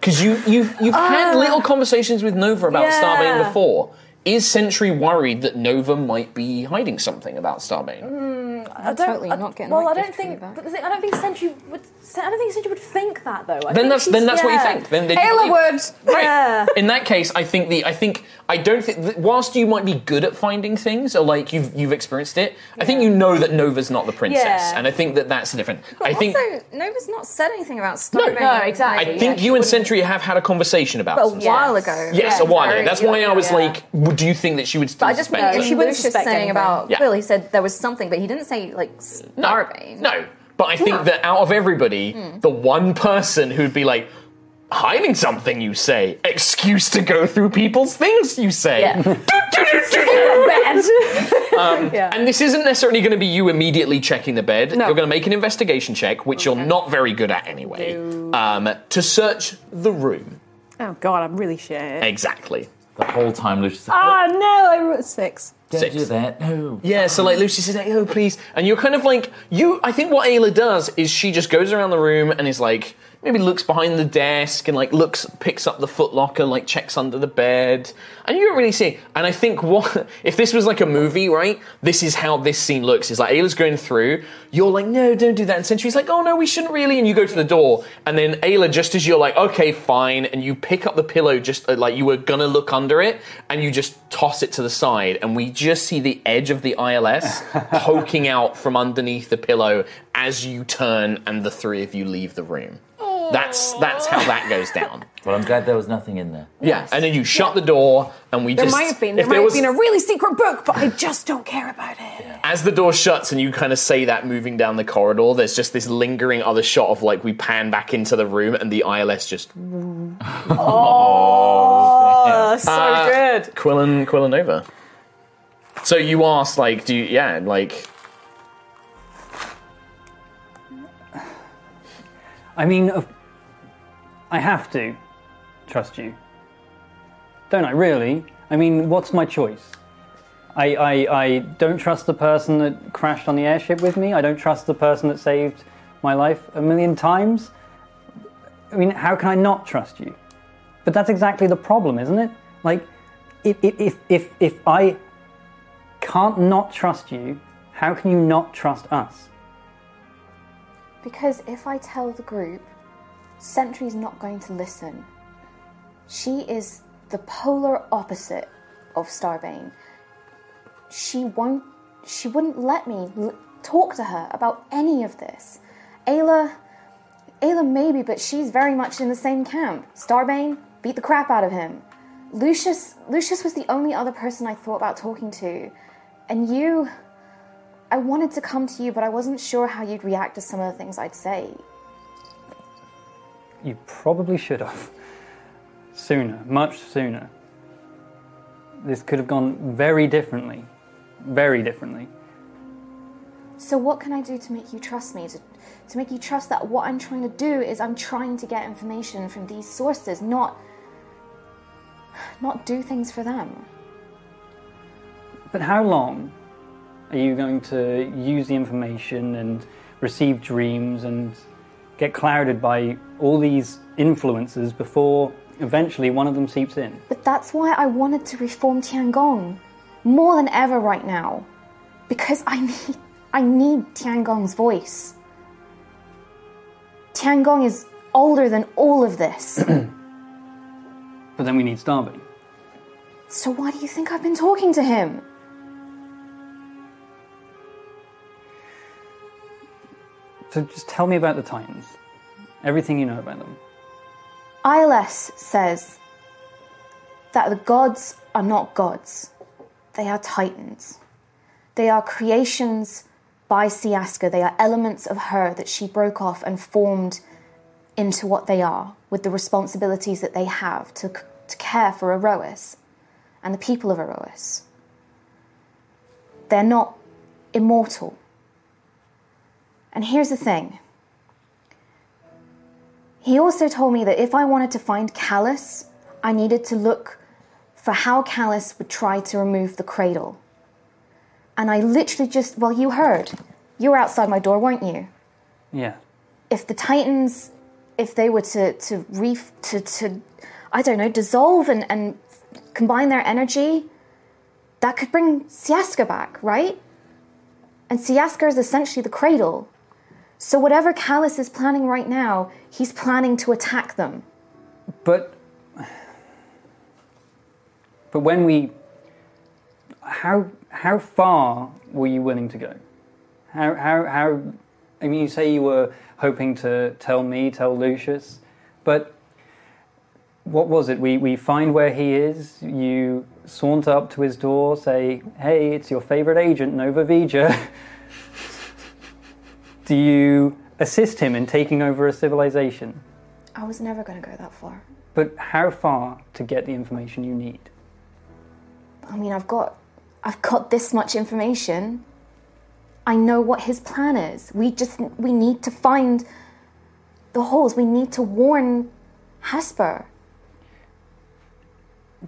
Because you you you've had
Uh,
little conversations with Nova about
yeah.
Starbane before. Is Sentry worried that Nova might be hiding something about Starbane?
I don't,
totally not getting
Well,
that
I don't
gift from
think.
you back.
but the thing- I don't think Sentry would. I don't think Sentry would think that though. I
then
think
that's
she's-
then that's what you
yeah.
think. Then, then you
Ayla
believe-
would.
Right.
Yeah.
In that case, I think the I think I don't think that whilst you might be good at finding things or like you've you've experienced it, I think you know that Nova's not the princess,
Yeah.
and I think that that's different. I think.
also, Nova's not said anything about
No,
Starbury.
exactly.
I
yeah,
think
she
you and
wouldn't.
Sentry have had a conversation about.
A
this.
while
Yes.
ago.
Yes, a
Yeah,
while
Very-
ago. That's why I was
yeah.
like, "Would- "Do you think that she would?" Still
But I just
suspect
remember
it?"
she
wouldn't
was just
suspect
saying
anything.
about
Yeah.
Quill. He said there was something, but he didn't say like Starbane.
No, but I think that out of everybody,
Hmm.
the one person who'd be like, hiding something, you say, excuse to go through people's things, you say.
Yeah.
Do, do, do, do, do.
yeah.
And this isn't necessarily going to be you immediately checking the bed.
No.
You're going to make an investigation check, which you're not very good at anyway, um, to search the room.
oh God, I'm really shit.
Exactly.
the whole time Lucius. said,
Ah no, I wrote six.
don't
six.
do that. No.
Yeah, so like Lucy says, like, oh, please. And you're kind of like, you, I think what Ayla does is she just goes around the room and is like, maybe looks behind the desk and like looks, picks up the footlocker, like checks under the bed. And you don't really see. And I think what, if this was like a movie, right? This is how this scene looks. It's like Ayla's going through. You're like, no, don't do that. And Sentry's like, oh no, we shouldn't really. And you go to the door. And then Ayla, just as you're like, okay, fine. And you pick up the pillow just uh, like you were gonna look under it. And you just toss it to the side. And we just see the edge of the ILS poking out from underneath the pillow as you turn and the three of you leave the room. That's that's how that goes down.
Well, I'm glad there was nothing in there.
Yeah, and then you shut the door, and we
There
just
might have been. There
if
might
was
have been a really secret book, but I just don't care about it.
as the door shuts and you kind of say that moving down the corridor, there's just this lingering other shot of like we pan back into the room and the ILS just
Oh, so
Uh,
good.
Quillen Quillen over. So you asked like, do you yeah, like
I mean, of- I have to trust you. Don't I, really? I mean, what's my choice? I, I, I don't trust the person that crashed on the airship with me. I don't trust the person that saved my life a million times. I mean, how can I not trust you? But that's exactly the problem, isn't it? Like, if, if, if, if, if I can't not trust you, how can you not trust us?
Because if I tell the group, Sentry's not going to listen. She is the polar opposite of Starbane. She won't. She wouldn't let me l- talk to her about any of this. Ayla, Ayla maybe, but she's very much in the same camp. Starbane beat the crap out of him. Lucius, Lucius was the only other person I thought about talking to, and you. I wanted to come to you, but I wasn't sure how you'd react to some of the things I'd say.
You probably should have. Sooner, much sooner. This could have gone very differently. Very differently.
So what can I do to make you trust me? To, to make you trust that what I'm trying to do is I'm trying to get information from these sources, not not do things for them.
But how long are you going to use the information and receive dreams and get clouded by all these influences before eventually one of them seeps in?
But that's why I wanted to reform Tiangong more than ever right now. Because I need I need Tiangong's voice. Tiangong is older than all of this.
But then we need Starbane.
so why do you think I've been talking to him?
So just tell me about the Titans. Everything you know about them.
Iles says that the gods are not gods, they are titans. They are creations by Siaska, they are elements of her that she broke off and formed into what they are, with the responsibilities that they have to, c- to care for Erois and the people of Erois. They're not immortal. And here's the thing. He also told me that if I wanted to find Callus, I needed to look for how Callus would try to remove the cradle. And I literally just, well, you heard. You were outside my door, weren't you?
Yeah.
If the Titans, if they were to, to re, to, to, I don't know, dissolve and, and combine their energy, that could bring Siaska back, right? And Siaska is essentially the cradle. So whatever Callus is planning right now, he's planning to attack them.
But but when we how how far were you willing to go? How how how I mean you say you were hoping to tell me, tell Lucius, but what was it? We we find where he is, you saunter up to his door, say, Hey, it's your favourite agent, Nova Vija. Do you assist him in taking over a civilization?
I was never going to go that far.
But how far to get the information you need?
I mean, I've got I've got this much information. I know what his plan is. We just we need to find the holes. We need to warn Hesper.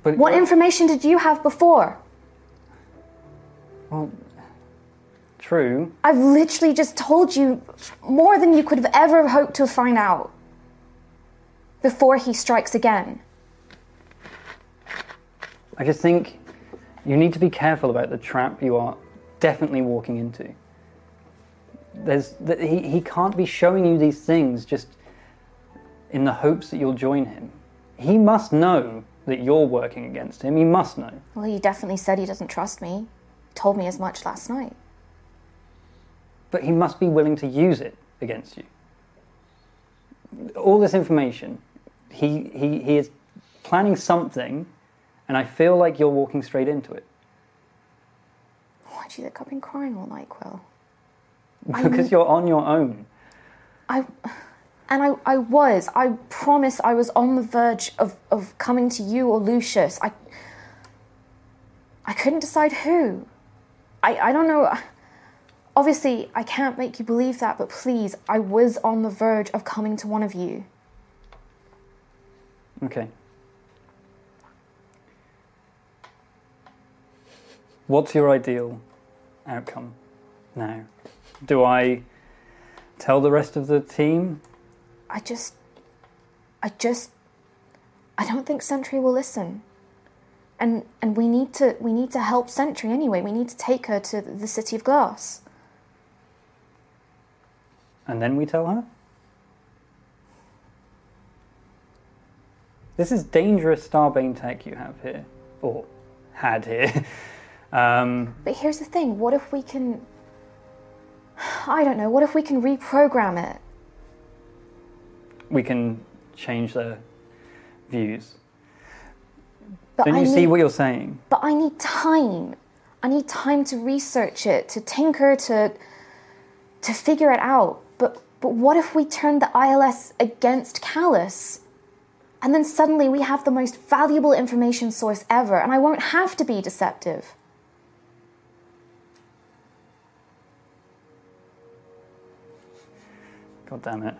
But
What information did you have before?
True.
I've literally just told you more than you could have ever hoped to find out before he strikes again.
I just think you need to be careful about the trap you are definitely walking into. There's th- he, he can't be showing you these things just in the hopes that you'll join him. He must know that you're working against him. He must know.
Well, he definitely said he doesn't trust me. Told me as much last night.
but he must be willing to use it against you. All this information, he, he, he is planning something, and I feel like you're walking straight into it
Why do you think I've been crying all night, Quill?
because you're on your own.
I and I, I was. I promise I was on the verge of, of coming to you or Lucius. I I couldn't decide who. I, I don't know obviously I can't make you believe that, but please, I was on the verge of coming to one of you.
Okay. What's your ideal outcome now? Do I tell the rest of the team?
I just I just I don't think Sentry will listen. And and we need to we need to help Sentry anyway. We need to take her to the city of glass.
and then we tell her? This is dangerous Starbane tech you have here, or had here. Um,
But here's the thing what if we can. I don't know, what if we can reprogram it?
we can change their views.
But
Don't
I
you
need,
see what you're saying?
But I need time. I need time to research it, to tinker, to to figure it out. But but what if we turn the ILS against Callus? And then suddenly we have the most valuable information source ever, and I won't have to be deceptive.
God damn it.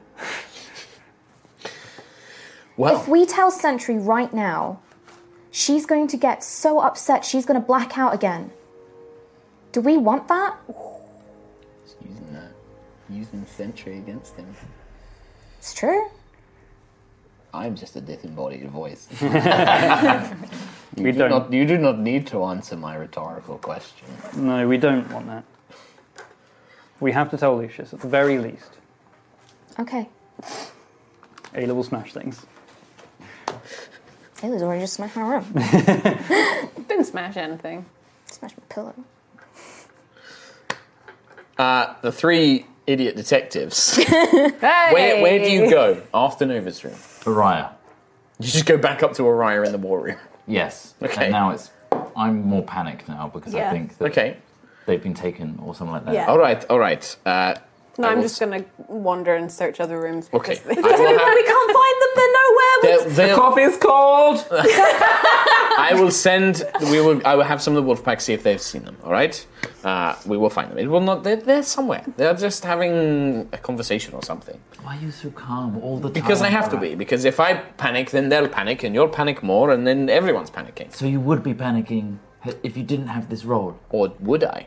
Well,
If
Oh.
we tell Sentry right now, she's going to get so upset she's going to black out again. Do we want that?
Using that. Using Sentry against him.
It's true.
I'm just a disembodied voice.
We
You do
don't.
not- you do not need to answer my rhetorical question.
No, we don't want that. We have to tell Lucius, at the very least.
Okay.
Ayla will smash things.
Taylor's already just smashed my room.
Didn't smash anything.
smashed my pillow.
uh, the three idiot detectives.
Hey!
where, where do you go after Nova's room?
Mariah.
You just go back up to Araya in the war room.
Yes.
Okay.
And now it's. I'm more panicked now because
Yeah.
I think that
Okay.
they've been taken or something like that.
Yeah.
All right. All right. Uh,
No,
I
I'm
will
just
s-
gonna wander and search other rooms.
Okay.
because they-
I will have-
we can't find them. They're nowhere. We
They'll- they'll-
Coffee's cold.
I will send. We will. I will have some of the wolf pack see if they've seen them. All right. Uh, we will find them. It will not. They're, they're somewhere. They're just having a conversation or something.
Why are you so calm all the time?
Because I have to
Mariah?
be. Because if I panic, then they'll panic, and you'll panic more, and then everyone's panicking.
So you would be panicking h- if you didn't have this role.
Or would I?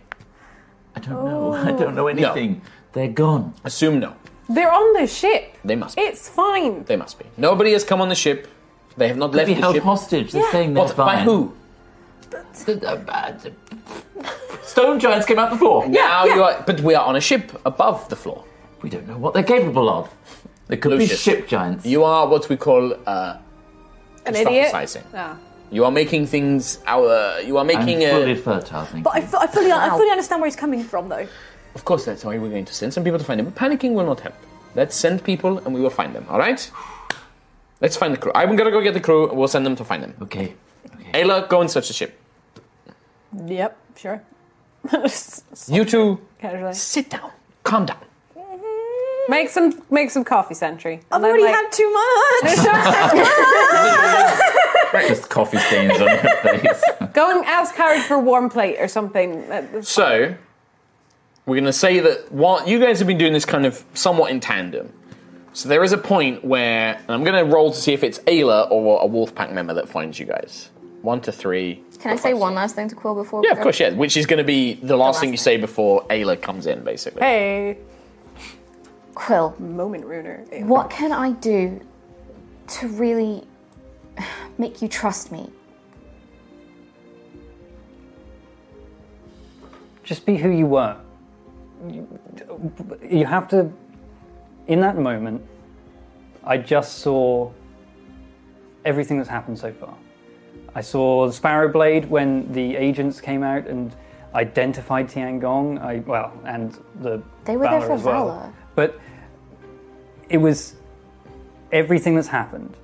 I don't know. I don't know anything. They're gone.
Assume no.
They're on the ship.
They must. Be.
It's fine.
They must be. Nobody has come on the ship. They have not
They'd
left
be
the
held
ship.
hostage. They're
Yeah.
saying they're
What? By
fine. uh,
who?
Stone giants came out the floor.
now you are. But we are on a ship above the floor.
We don't know what they're capable of. They could be
Lucius.
ship giants.
You are what we call uh,
An idiot.
Proselytizing.
Ah.
You are making things. Our you are
I'm
making. uh,
fully
A,
fertile. Thank
But I,
you.
fu- I fully, I fully understand where he's coming from, though.
of course, that's why we're going to send some people to find them. But panicking will not help. Let's send people, and we will find them. All right. Let's find the crew. I'm gonna go get the crew. and We'll send them to find them.
okay.
Ayla, go and search the ship.
Yep. Sure.
You two,
Casually.
sit down. Calm down.
Make some make some coffee, Sentry.
I've already had too much.
Just coffee stains on her face.
Go and ask Harry for a warm plate or something. Uh, it's-
So, we're going to say that while you guys have been doing this kind of somewhat in tandem, so there is a point where, and I'm going to roll to see if it's Ayla or a wolf pack member that finds you guys. One to three.
Can I say one last thing to Quill before? we
Yeah, of
go?
course, yeah. Which is going to be the last
last
thing you say before Ayla comes in, basically.
Hey,
Quill,
moment ruiner.
what can I do to really make you trust me?
Just be who you were. You you have to. In that moment, I just saw everything that's happened so far. I saw the Sparrow Blade when the agents came out and identified Tiangong. I well, and the
They were there
Valor
for
as well.
Valor.
But it was everything that's happened.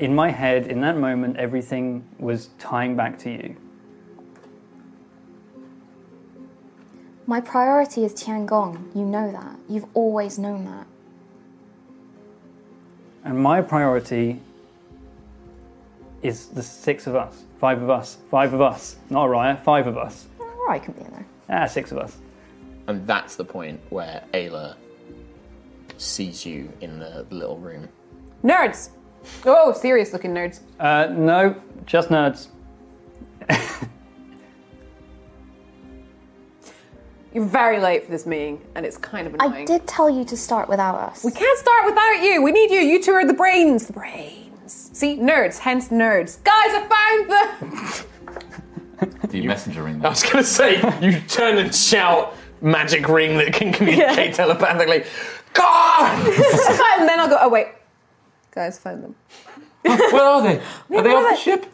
In my head, in that moment, everything was tying back to you.
My priority is Tiangong. You know that. You've always known that.
And my priority is the six of us, five of us, five of us, not Araya, five of us.
All right, I can be in there.
Ah, six of us.
And that's the point where Ayla sees you in the little room.
Nerds. Oh, serious looking nerds.
Uh, no, just nerds.
You're very late for this meeting, and it's kind of annoying.
I did tell you to start without us.
We can't start without you. We need you. You two are the brains. The brains. See, nerds. Hence, nerds. Guys, I found the.
Do you messenger ring
I was going to say, you turn and shout, magic ring that can communicate telepathically. God!
and then I'll go. Oh wait, guys, find them.
Where are they? Are they off the ship?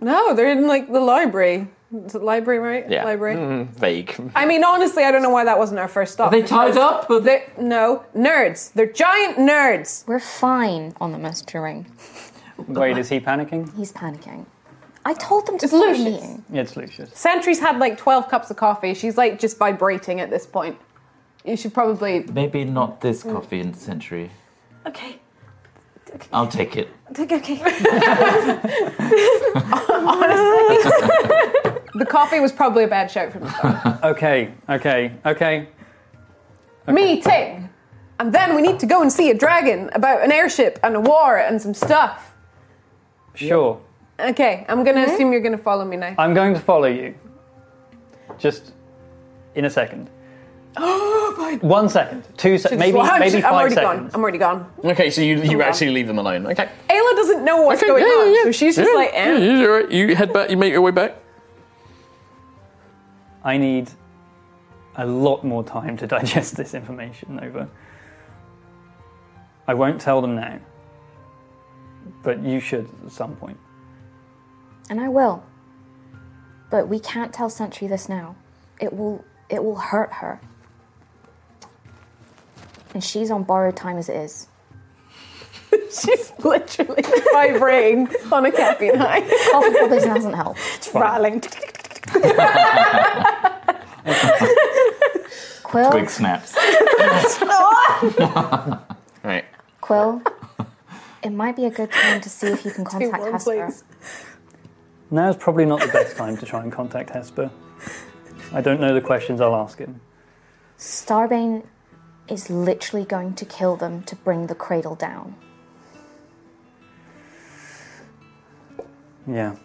No, they're in like the library. Is it library, right?
Yeah.
Library.
Mm, vague.
I mean, honestly, I don't know why that wasn't our first stop.
Are they tied up? Are they-
They're, no, nerds. They're giant nerds.
We're fine on the messenger ring.
Wait, is he panicking?
He's panicking. I told them to
It's
start
Lucius.
meeting.
Yeah, it's Lucius.
Sentry's had like 12 cups of coffee. She's like just vibrating at this point. You should probably.
Maybe not this coffee in century.
Okay. Okay.
I'll take it.
Okay.
The coffee was probably a bad shout from the start.
Okay, okay, okay.
Meeting! And then we need to go and see a dragon about an airship and a war and some stuff.
Sure.
Okay, I'm gonna
Hmm?
assume you're gonna follow me
Uh,
now.
I'm going to follow you. Just in a second.
Oh,
One second. Two seconds. Maybe,
Well, I'm
maybe
ju-
5
I'm already
seconds.
gone. I'm already gone.
Okay, so you, you actually leave them alone. Okay.
Ayla doesn't know what's
Okay,
Oh, going
yeah,
on,
yeah, yeah.
so she's just
Yeah,
like, eh.
yeah, you're right. You head back, you make your way back.
I need a lot more time to digest this information over. I won't tell them now, but you should at some point.
And I will. But we can't tell Sentry this now. It will it will hurt her. And she's on borrowed time as it is.
She's literally vibrating on a caffeine high,
Coffee probably doesn't help.
rattling.
Quill,
Quick snaps.
All right.
Quill, it might be a good time to see if you can contact
warm
Hesper.
plates.
Now's probably not the best time to try and contact Hesper. I don't know the questions I'll ask him.
Starbane is literally going to kill them to bring the cradle down.
Yeah.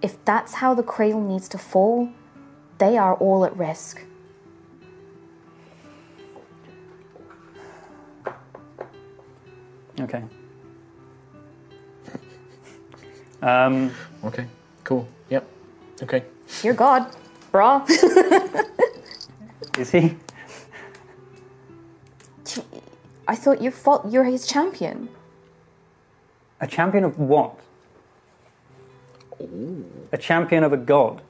If that's how the cradle needs to fall, they are all at risk.
Okay. Um,
Okay. Cool. Yep. Okay.
Dear God, brah.
is he?
I thought you fought. You're his champion.
A champion of what? A champion of a god.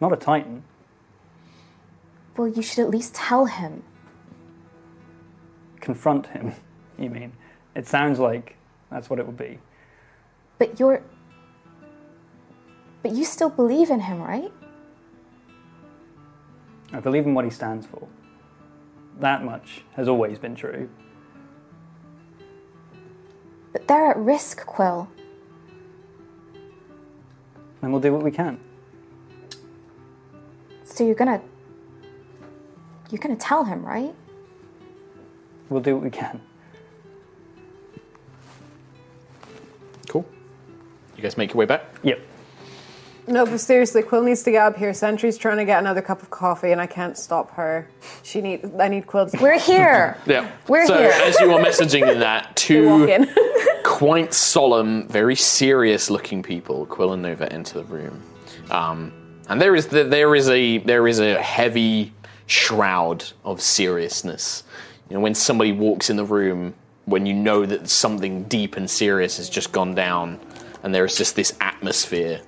Not a titan.
Well, you should at least tell him.
Confront him, you mean? It sounds like that's what it would be.
But you're. But you still believe in him, right?
I believe in what he stands for. That much has always been true.
But they're at risk, Quill.
And we'll do what we can.
So you're gonna. You're gonna tell him, right?
We'll do what we can.
Cool. You guys make your way back.
Yep.
No, but seriously, Quill needs to get up here. Sentry's trying to get another cup of coffee, and I can't stop her. She need. I need Quill to
We're here.
Yeah.
We're
so
here.
as you are messaging that,
walk
two
in.
quite solemn, very serious looking people, Quill and Nova, enter the room. Um, and there is the, there is a there is a heavy shroud of seriousness. You know, when somebody walks in the room, when you know that something deep and serious has just gone down, and there is just this atmosphere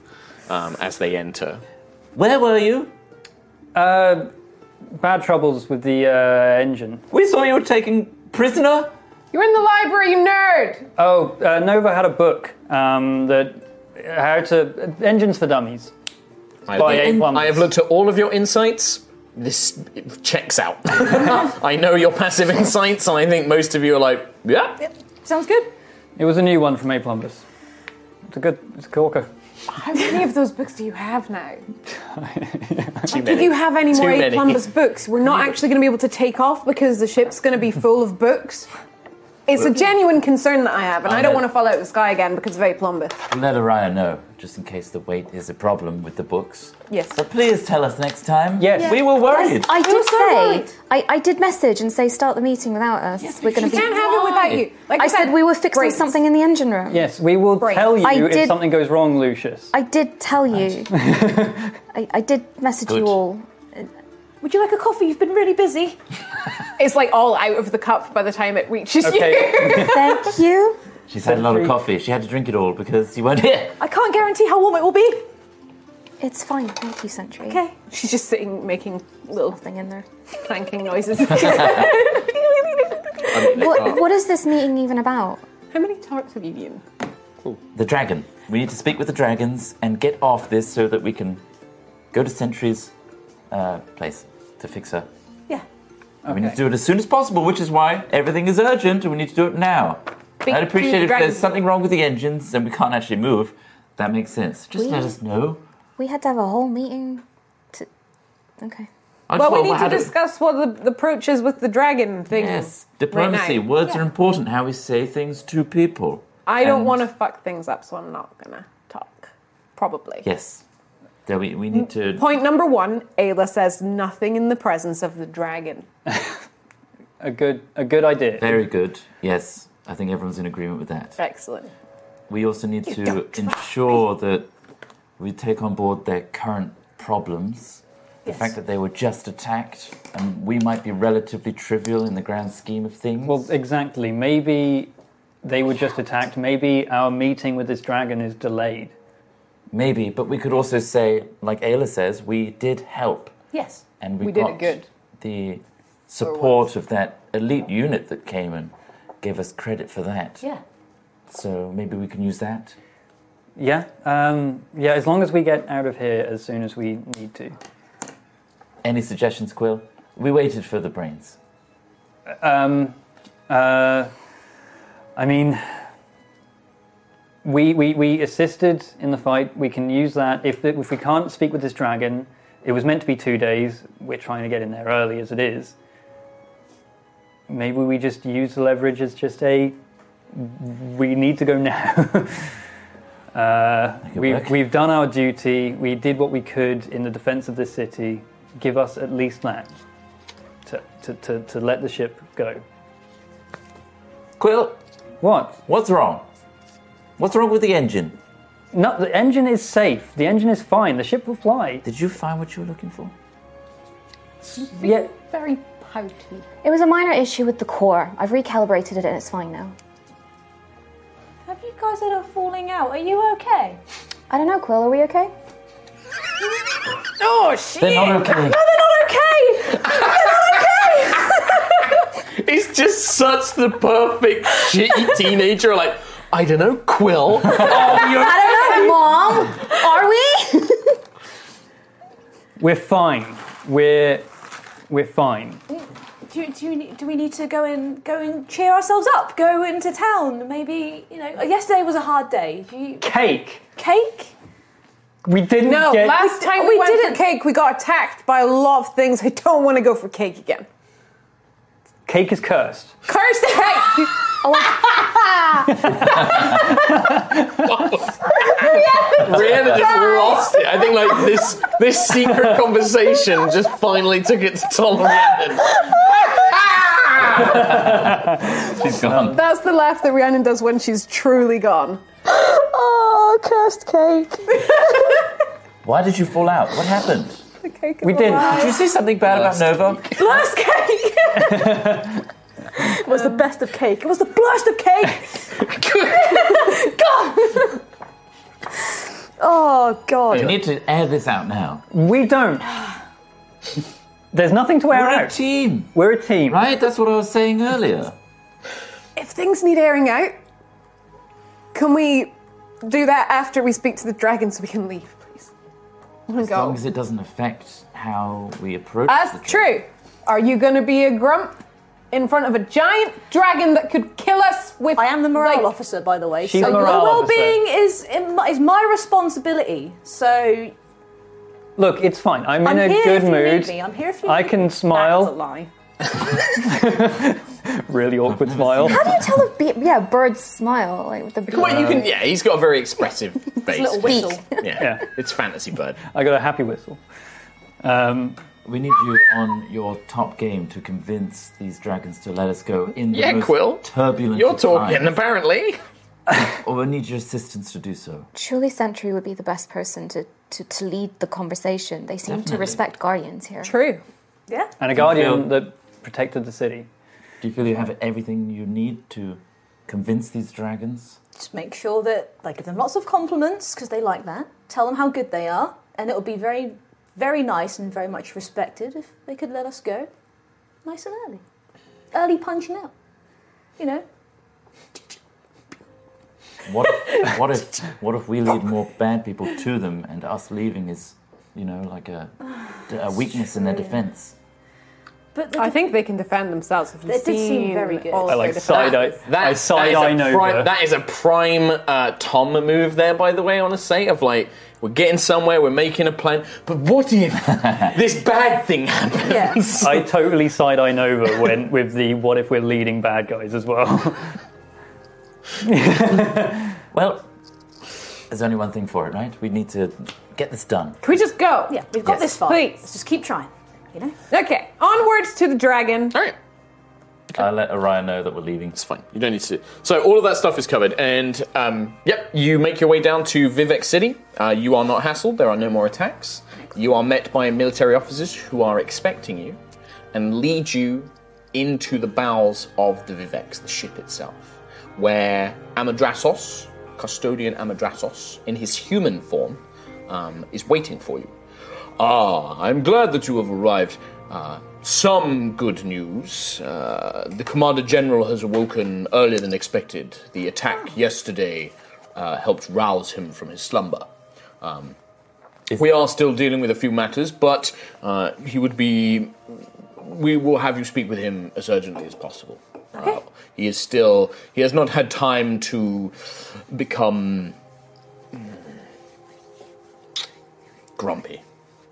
um, as they enter.
Where were you?
Uh, bad troubles with the uh, engine.
We saw you were taken prisoner.
You're in the library, you nerd.
Oh, uh, Nova had a book um, that how to engines for dummies.
I,
By
have-
eight plums.
I have looked at all of your insights. This checks out. I know your passive insights, and I think most of you are like, yeah,
Sounds good.
It was a new one from A Plumbus. It's a good. It's a corker.
How many of those books do you have now?
too
If
many.
you have any
Too
more
many.
Columbus books, we're not actually going to be able to take off because the ship's going to be full of books. It's a genuine concern that I have, and I don't want to fall out of the sky again because of A Plumbus.
Let Araya know, just in case the weight is a problem with the books.
Yes.
But please tell us next time.
Yes. Yeah.
We were worried.
I
You're
did
Oh, so right.
say. I, I did message and say start the meeting without us. we're gonna
You
be.
can't have it without you. Like
I said we were fixing
brains.
something in the engine room.
Yes, we will
Brains.
tell you
I
if
did-
something goes wrong, Lucius.
I did tell you. I, I did message
Good.
you all.
Would you like a coffee? You've been really busy.
It's like all out of the cup by the time it reaches you.
Okay.
Thank you.
She's had a lot of coffee. She had to drink it all because you weren't here.
I can't guarantee how warm it will be.
It's fine. Thank you, Sentry.
Okay.
She's just sitting making little
Nothing in there.
clanking noises.
Oh.
What, what is this meeting even about?
How many tarts have you eaten?
The dragon. We need to speak with the dragons and get off this so that we can go to Sentry's uh, place to fix her.
Yeah.
We need to do it as soon as possible, which is why everything is urgent and we need to do it now.
Big
I'd appreciate
big
if
dragon.
there's something wrong with the engines and we can't actually move. That makes sense. Just
We-
let us know.
We had to have a whole meeting to. Okay.
I
Well,
just-
we need to
how do-
discuss what the, the approach is with the dragon thing.
Yes,
right
diplomacy.
now.
Words
Yeah.
are important. How we say things to people.
I don't
And-
want to fuck things up, so I'm not gonna talk. Probably.
Yes, there we, we need to.
Point number one: Ayla says nothing in the presence of the dragon.
a good a good idea.
Very good. Yes, I think everyone's in agreement with that.
Excellent.
We also need to
don't
ensure that we take on board their current problems. The
Yes.
fact that they were just attacked, and we might be relatively trivial in the grand scheme of things.
Well, exactly. Maybe they were just attacked. Maybe our meeting with this dragon is delayed.
Maybe, but we could also say, like Ayla says, we did help,
Yes.
and we,
We did it
got
good.
the
uh,
support of that elite unit that came and gave us credit for that.
Yeah.
So maybe we can use that.
Yeah, um, yeah. As long as we get out of here as soon as we need to.
Any suggestions, Quill? We waited for the brains.
Um, uh, I mean, we, we we assisted in the fight. We can use that if if we can't speak with this dragon. It was meant to be two days. We're trying to get in there early as it is. Maybe we just use the leverage as just a. We need to go now. uh,
could
we've,
work.
we've done our duty. We did what we could in the defense of this city. Give us at least that to, to, to, to let the ship go.
Quill,
What?
what's wrong? What's wrong with the engine?
No, the engine is safe. The engine is fine. The ship will fly.
Did you find what you were looking for?
Yeah,
Very pouty.
It was a minor issue with the core. I've recalibrated it and it's fine now.
Have you guys had a falling out? Are you okay?
I don't know, Quill. Are we okay?
Oh shit!
They're not okay.
They're not okay.
He's just such the perfect shitty teenager. Like, I don't know, Quill. Oh, you're
I don't know, Mom. Are we?
we're fine. We're we're fine.
Do, do, we need- do we need to go and go and cheer ourselves up? Go into town? Maybe you know. Yesterday was a hard day. Do you,
Cake.
cake?
We didn't
No,
get.
last time we, went didn't. for cake, we got attacked by a lot of things. I don't want to go for cake again.
Cake is cursed.
Curse the cake!
Brianna just lost it. I think like this this secret conversation just finally took it to Tom Rhiannon.
She's gone.
That's the laugh that Rhiannon does when she's truly gone. oh, cursed cake.
Why did you fall out? What happened?
the cake
We did.
Did you say something bad about Nova?
Blast cake! it was the best of cake. It was the blast of cake! God! oh,
You
God.
need to air this out now.
We don't. There's nothing to wear
We're a
out.
team,
We're a team.
right? That's what I was saying earlier.
If things need airing out, can we do that after we speak to the dragon so we can leave, please? I want to
As long
go.
as it doesn't affect how we approach. the
That's true.
trip.
Are you going to be a grump in front of a giant dragon that could kill us with.
I am the morale
like,
officer, by the way.
She's
so
the
your
morale
well-being is in my, is my responsibility. So
Look, it's fine. I'm,
I'm
in a
here
good
if you
mood.
need me. I'm here if you.
I
need
can
me.
That's a
smile.
lie.
Really awkward smile.
How do you tell a be- yeah bird smile like with the beak?
Well, you can. Yeah, he's got a very expressive face.
Little whistle.
Yeah.
Yeah.
it's fantasy bird.
I got a happy whistle. Um,
We need you on your top game to convince these dragons to let us go in the
Yeah,
most
Quill.
turbulent.
You're
of
talking
times.
apparently.
Or we need your assistance to do so.
Surely Sentry would be the best person to, to, to lead the conversation. They seem to
Definitely.
respect Guardians here.
True. Yeah.
and a guardian
Yeah.
that protected the city.
Do you feel you have everything you need to convince these dragons?
Just make sure that they give them lots of compliments because they like that. Tell them how good they are, and it'll be very, very nice and very much respected if they could let us go, nice and early. Early punching out, you know.
What if, what if what if we lead more bad people to them, and us leaving is, you know, like a, a weakness in their defense?
But the,
I think they can defend themselves. If you've
It did seem
seen
very good.
all
I
of
like
their
side eye.
defense.
That,
I side
that, is
eye
a
Nova.
prime, that is a prime uh, Tom move there, by the way, I want to say, of like, we're getting somewhere, we're making a plan, but what if this bad thing happens?
yeah.
I totally side eye Nova when with the what if we're leading bad guys as well.
Well, there's only one thing for it, right? We need to get this done.
Can we just go?
yeah, we've got
Yes.
this far.
Please.
Let's just keep trying, you know.
Okay. Onwards to the dragon.
All right.
I'll let Orion know that we're leaving.
It's fine. You don't need to. So all of that stuff is covered, and um, yep, you make your way down to Vivek City. Uh, you are not hassled. There are no more attacks. You are met by military officers who are expecting you, and lead you into the bowels of the Vivex, the ship itself, where Amadrasos, custodian Amadrasos, in his human form, um, is waiting for you. Ah, I'm glad that you have arrived. Uh, some good news. Uh, the Commander General has awoken earlier than expected. The attack yesterday uh, helped rouse him from his slumber. Um, we are still dealing with a few matters, but uh, he would be. We will have you speak with him as urgently as possible. Uh, he is still. He has not had time to become grumpy.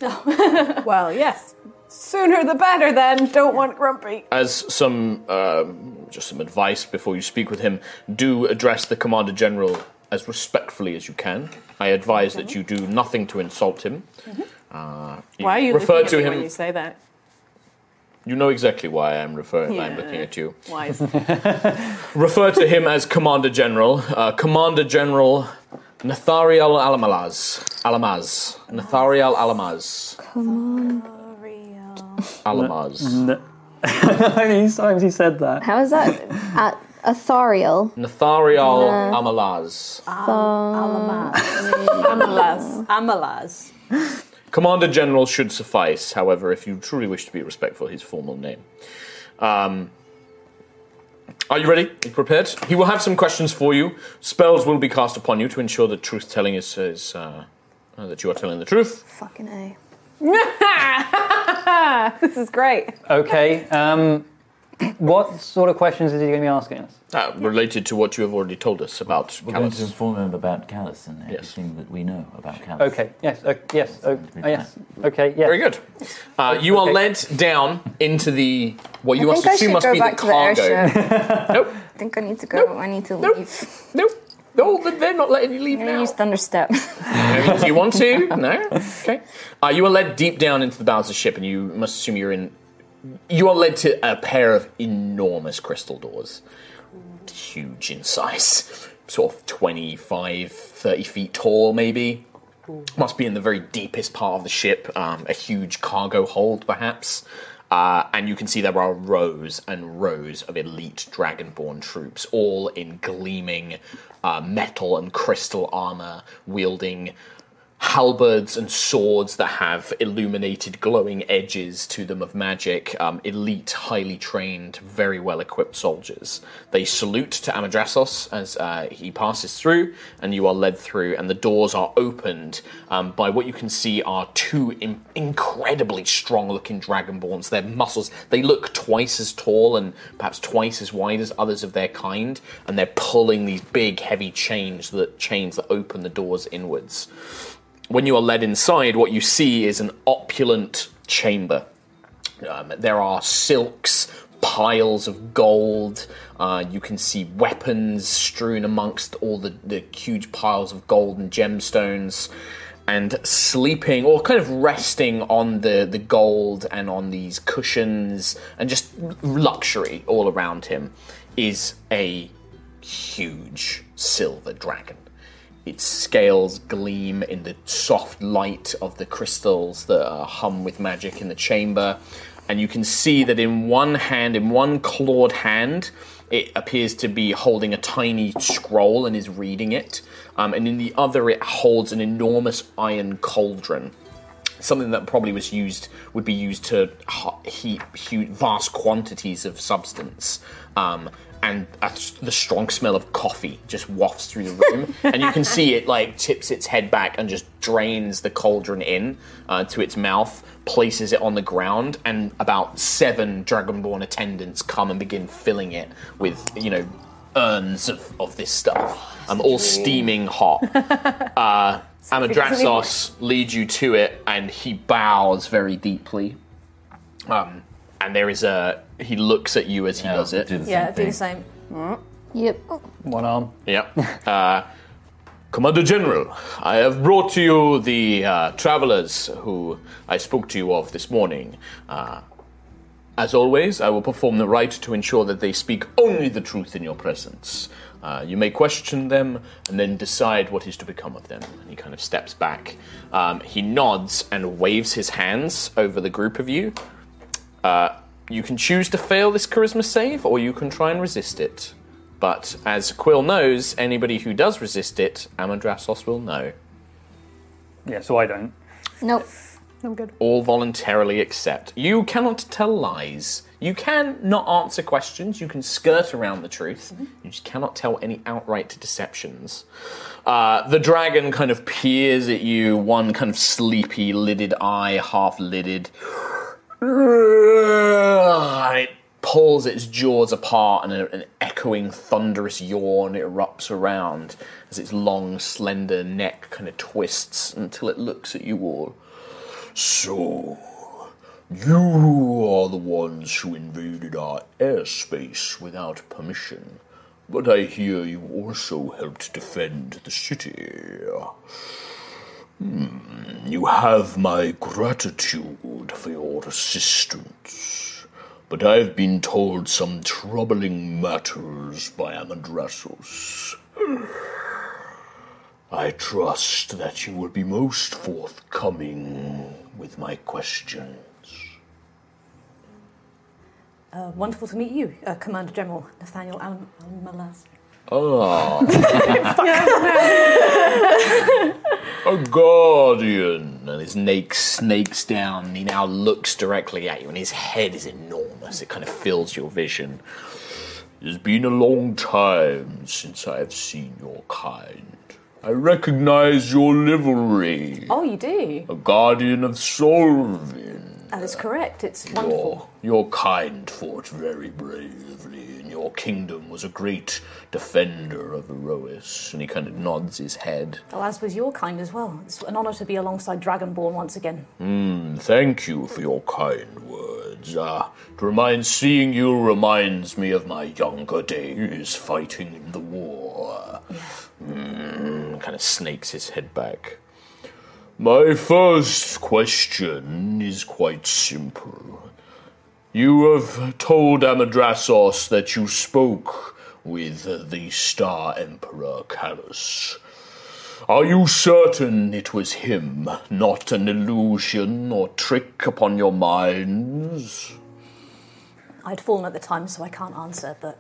Well, yes. Sooner the better. Then. Don't want grumpy.
as some um, just some advice before you speak with him, do address the commander general as respectfully as you can. I advise that you do nothing to insult him. Uh,
Mm-hmm. Why are you
refer
looking
to
at me
him?
when you say that?
You know exactly why I'm referring. I'm
Yeah.
looking at you.
Why? is-
Refer to him as Commander General. Uh, commander General Nathariel Alamaz. Alamaz. Nathariel Alamaz. Alamaz.
How many times he said that?
How is that? At Athariel.
Nathariel Amalaz.
Amalaz.
Amalaz.
Oh.
Commander General should suffice, however, if you truly wish to be respectful, his formal name. Um, are you ready? Are you prepared? He will have some questions for you. Spells will be cast upon you to ensure that truth telling is. is uh, uh, that you are telling the truth.
Fucking A.
this is great.
Okay. Um, what sort of questions is he going to be asking us?
Uh, related to what you have already told us about
We're going to
Callus.
inform him about Callus and
Yes.
everything that we know about Callus.
Okay. Yes. o yes. o oh, yes. Okay. Yes.
Very good. Uh, you are
Okay.
led down into the. What you
I
must
think I
assume
should
must
go
be
back
the
to the
cargo.
airship.
nope,
I think I need to go. I need to
Nope.
leave.
nope. No, they're not letting you leave
I'm
now.
gonna use Thunderstep.
No, Do you want to? No? Okay. Uh, you are led deep down into the bowels of the ship, and you must assume you're in. You are led to a pair of enormous crystal doors. Huge in size. Sort of 25, 30 feet tall, maybe. Must be in the very deepest part of the ship, um, a huge cargo hold, perhaps. Uh, and you can see there are rows and rows of elite dragonborn troops, all in gleaming uh, metal and crystal armor, wielding halberds and swords that have illuminated glowing edges to them of magic um, elite highly trained very well equipped soldiers they salute to amadrasos as uh, he passes through and you are led through and the doors are opened um, by what you can see are two im- incredibly strong looking dragonborns their muscles they look twice as tall and perhaps twice as wide as others of their kind and they're pulling these big heavy chains that chains that open the doors inwards when you are led inside, what you see is an opulent chamber. Um, there are silks, piles of gold. Uh, you can see weapons strewn amongst all the, the huge piles of gold and gemstones. And sleeping or kind of resting on the, the gold and on these cushions and just luxury all around him is a huge silver dragon. Its scales gleam in the soft light of the crystals that are hum with magic in the chamber, and you can see that in one hand, in one clawed hand, it appears to be holding a tiny scroll and is reading it, um, and in the other, it holds an enormous iron cauldron something that probably was used would be used to ho- heat hu vast quantities of substance. Um, and a, the strong smell of coffee just wafts through the room, and you can see it like tips its head back and just drains the cauldron in uh, to its mouth, places it on the ground, and about seven dragonborn attendants come and begin filling it with you know urns of, of this stuff, um, all steaming hot. Amadraxos leads you to it, and he bows very deeply. Um, and there is a he looks at you as he does it.
Do the
Yeah, do
same
the
thing.
same.
Yep.
One arm.
Yep. Uh, Commander General, I have brought to you the uh, travelers who I spoke to you of this morning. Uh, as always, I will perform the rite to ensure that they speak only the truth in your presence. Uh, you may question them and then decide what is to become of them. And he kind of steps back. Um, he nods and waves his hands over the group of you. Uh, you can choose to fail this charisma save, or you can try and resist it. But as Quill knows, anybody who does resist it, Amandrasos will know.
Yeah, so I don't.
Nope.
All voluntarily accept. You cannot tell lies. You can not answer questions. You can skirt around the truth. You just cannot tell any outright deceptions. Uh, the dragon kind of peers at you, one kind of sleepy, lidded eye, half lidded. It pulls its jaws apart, and a, an echoing, thunderous yawn erupts around as its long, slender neck kind of twists until it looks at you all. So, you are the ones who invaded our airspace without permission, but I hear you also helped defend the city. Hmm, you have my gratitude for your assistance, but I've been told some troubling matters by Amadrasos. I trust that you will be most forthcoming with my questions.
Uh, wonderful to meet you, uh, Commander General Nathaniel Alan, Alan Malaz.
Ah. A guardian. And his snake snakes down. and He now looks directly at you, and his head is enormous. It kind of fills your vision. It's been a long time since I have seen your kind. I recognize your livery.
Oh, you do?
A guardian of Solvin.
That is correct. It's
Your,
wonderful.
your kind fought very bravely, and your kingdom was a great defender of Erois. And he kind of nods his head.
Well, as was your kind as well. It's an honour to be alongside Dragonborn once again.
Thank you for your kind words. Ah, it reminds seeing you reminds me of my younger days fighting in the war. Mm, kind of snakes his head back. My first question is quite simple. You have told Amadrasos that you spoke with the Star Emperor Callus. Are you certain it was him, not an illusion or trick upon your minds?
I'd fallen at the time, so I can't answer, but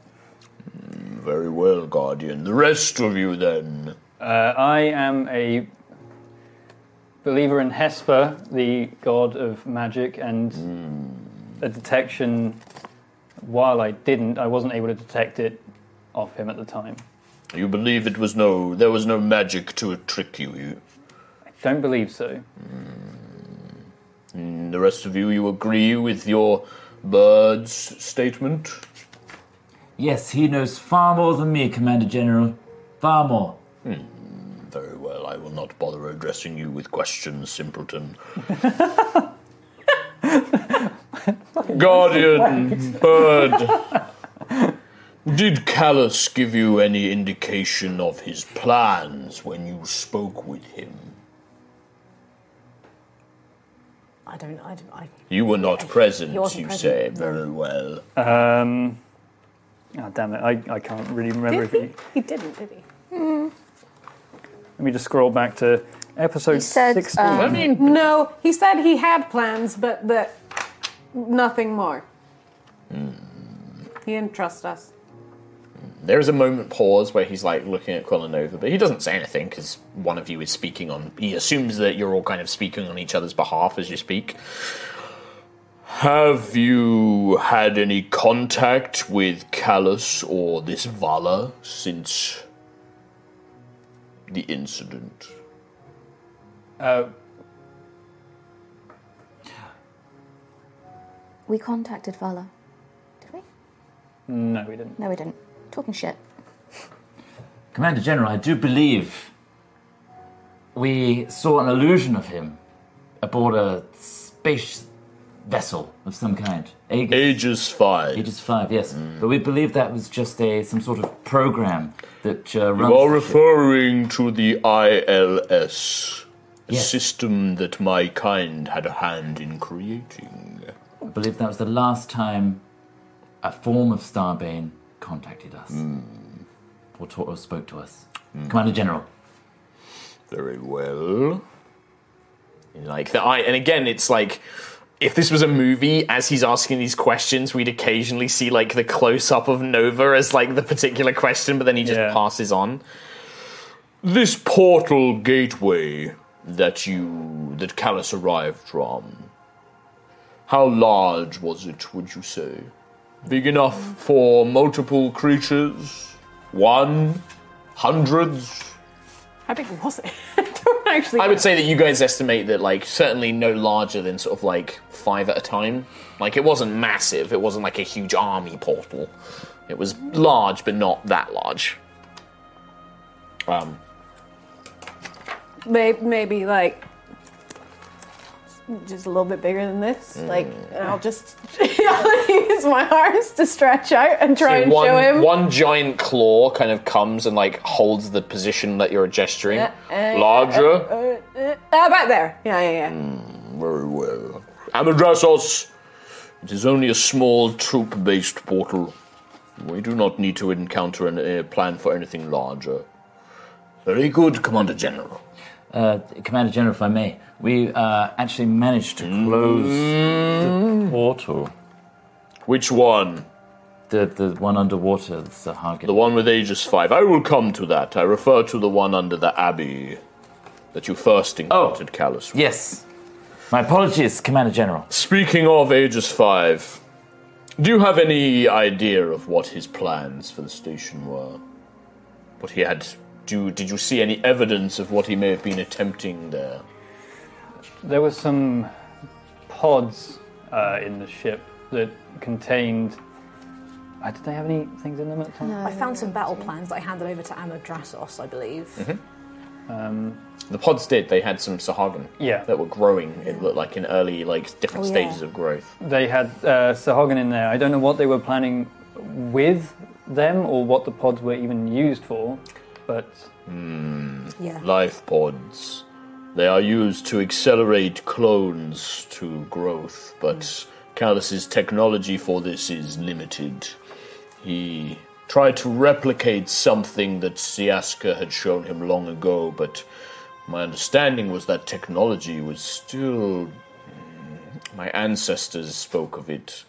Very well, Guardian. The rest of you, then.
Uh, I am a believer in Hesper, the god of magic, and a detection. While I didn't, I wasn't able to detect it off him at the time.
You believe it was no, there was no magic to trick you. you
Don't believe so.
the rest of you, you agree with your bird's statement?
Yes, he knows far more than me, Commander General. Far more.
Very well, I will not bother addressing you with questions, simpleton. Guardian bird. Did Callus give you any indication of his plans when you spoke with him?
I don't. I don't I,
You were not present,
He wasn't
you
present,
say.
no.
Very well.
Um, oh, damn it, I, I can't really remember if you.
He didn't, did he?
Let me just scroll back to episode
said,
16.
um,
Mm-hmm.
mean,
No, he said he had plans, but that Nothing more. He didn't trust us.
There is a moment pause where he's like looking at Quill and Nova, but he doesn't say anything because one of you is speaking on. He assumes that you're all kind of speaking on each other's behalf as you speak. Have you had any contact with Callus or this Vala since the incident?
We contacted Vala. Did we?
No, we didn't.
No, we didn't. Talking shit.
Commander General, I do believe we saw an illusion of him aboard a space vessel of some kind. Aegis, Mm.
Aegis 5.
Aegis Five, yes. But we believe that was just a some sort of program that uh, runs.
You are
the ship.
referring to the ILS, a
Yes.
system that my kind had a hand in creating.
I believe that was the last time a form of Starbane contacted us Mm. or, ta- or spoke to us. Commander General,
Very well. Like the eye, and again, it's like if this was a movie, as he's asking these questions, we'd occasionally see like the close up of Nova as like the particular question, but then he just
Yeah.
passes on. This portal gateway that you that Callus arrived from. How large was it? Would you say big enough for multiple creatures? One, hundreds.
How big was it? I don't actually.
I would say that you guys estimate that, like, certainly no larger than sort of like five at a time. Like, it wasn't massive. It wasn't like a huge army portal. It was large, but not that large. Um,
May- maybe like just a little bit bigger than this.
Mm.
Like and I'll just I'll use my arms to stretch out and try
so
and
one,
show him.
one giant claw kind of comes and like holds the position that you're gesturing.
Uh, uh,
larger.
Uh, uh, uh, about there. Yeah, yeah, yeah.
Very well. Amadrasos, it is only a small troop based portal. We do not need to encounter and uh, plan for anything larger. Very good, Commander General.
uh, Commander General, if I may, we uh, actually managed to close the portal,
Which one?
the the one underwater, the Sahagin.
The one with Aegis 5. I will come to that. I refer to the one under the Abbey that you first encountered, Callus.
Yes. My apologies, Commander General.
Speaking of Aegis 5, do you have any idea of what his plans for the station were? What he had. Do, did you see any evidence of what he may have been attempting there?
There were some pods uh, in the ship that contained. Uh, did they have any things in them at the time?
I found some battle
Mm-hmm.
plans that I handed over to Amadrasos, I believe.
The pods did. They had some Sahagin
Yeah.
that were growing, it looked like, in early, like, different
Oh, yeah.
stages of growth.
They had uh, Sahagan in there. I don't know what they were planning with them or what the pods were even used for, but
Yeah.
life pods. They are used to accelerate clones to growth, but Callus's technology for this is limited. He tried to replicate something that Siaska had shown him long ago, but my understanding was that technology was still. mm, My ancestors spoke of it.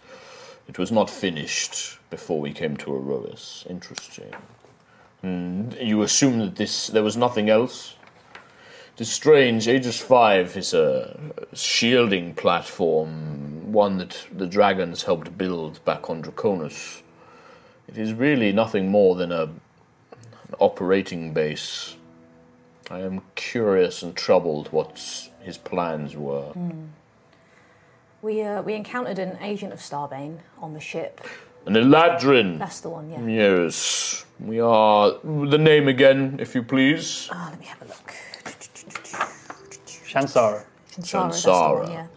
It was not finished before we came to Erois. Interesting. You assume that this there was nothing else. It is strange. Aegis Five is a shielding platform, one that the dragons helped build back on Draconis. It is really nothing more than a, an operating base. I am curious and troubled what his plans were.
We, uh, we encountered an agent of Starbane on the ship.
An Eladrin.
That's the one, yeah.
Yes, we are. The name again, if you please.
Ah, let me have a look.
Shansara.
Shansara, that's the
Shansara.
one, yeah.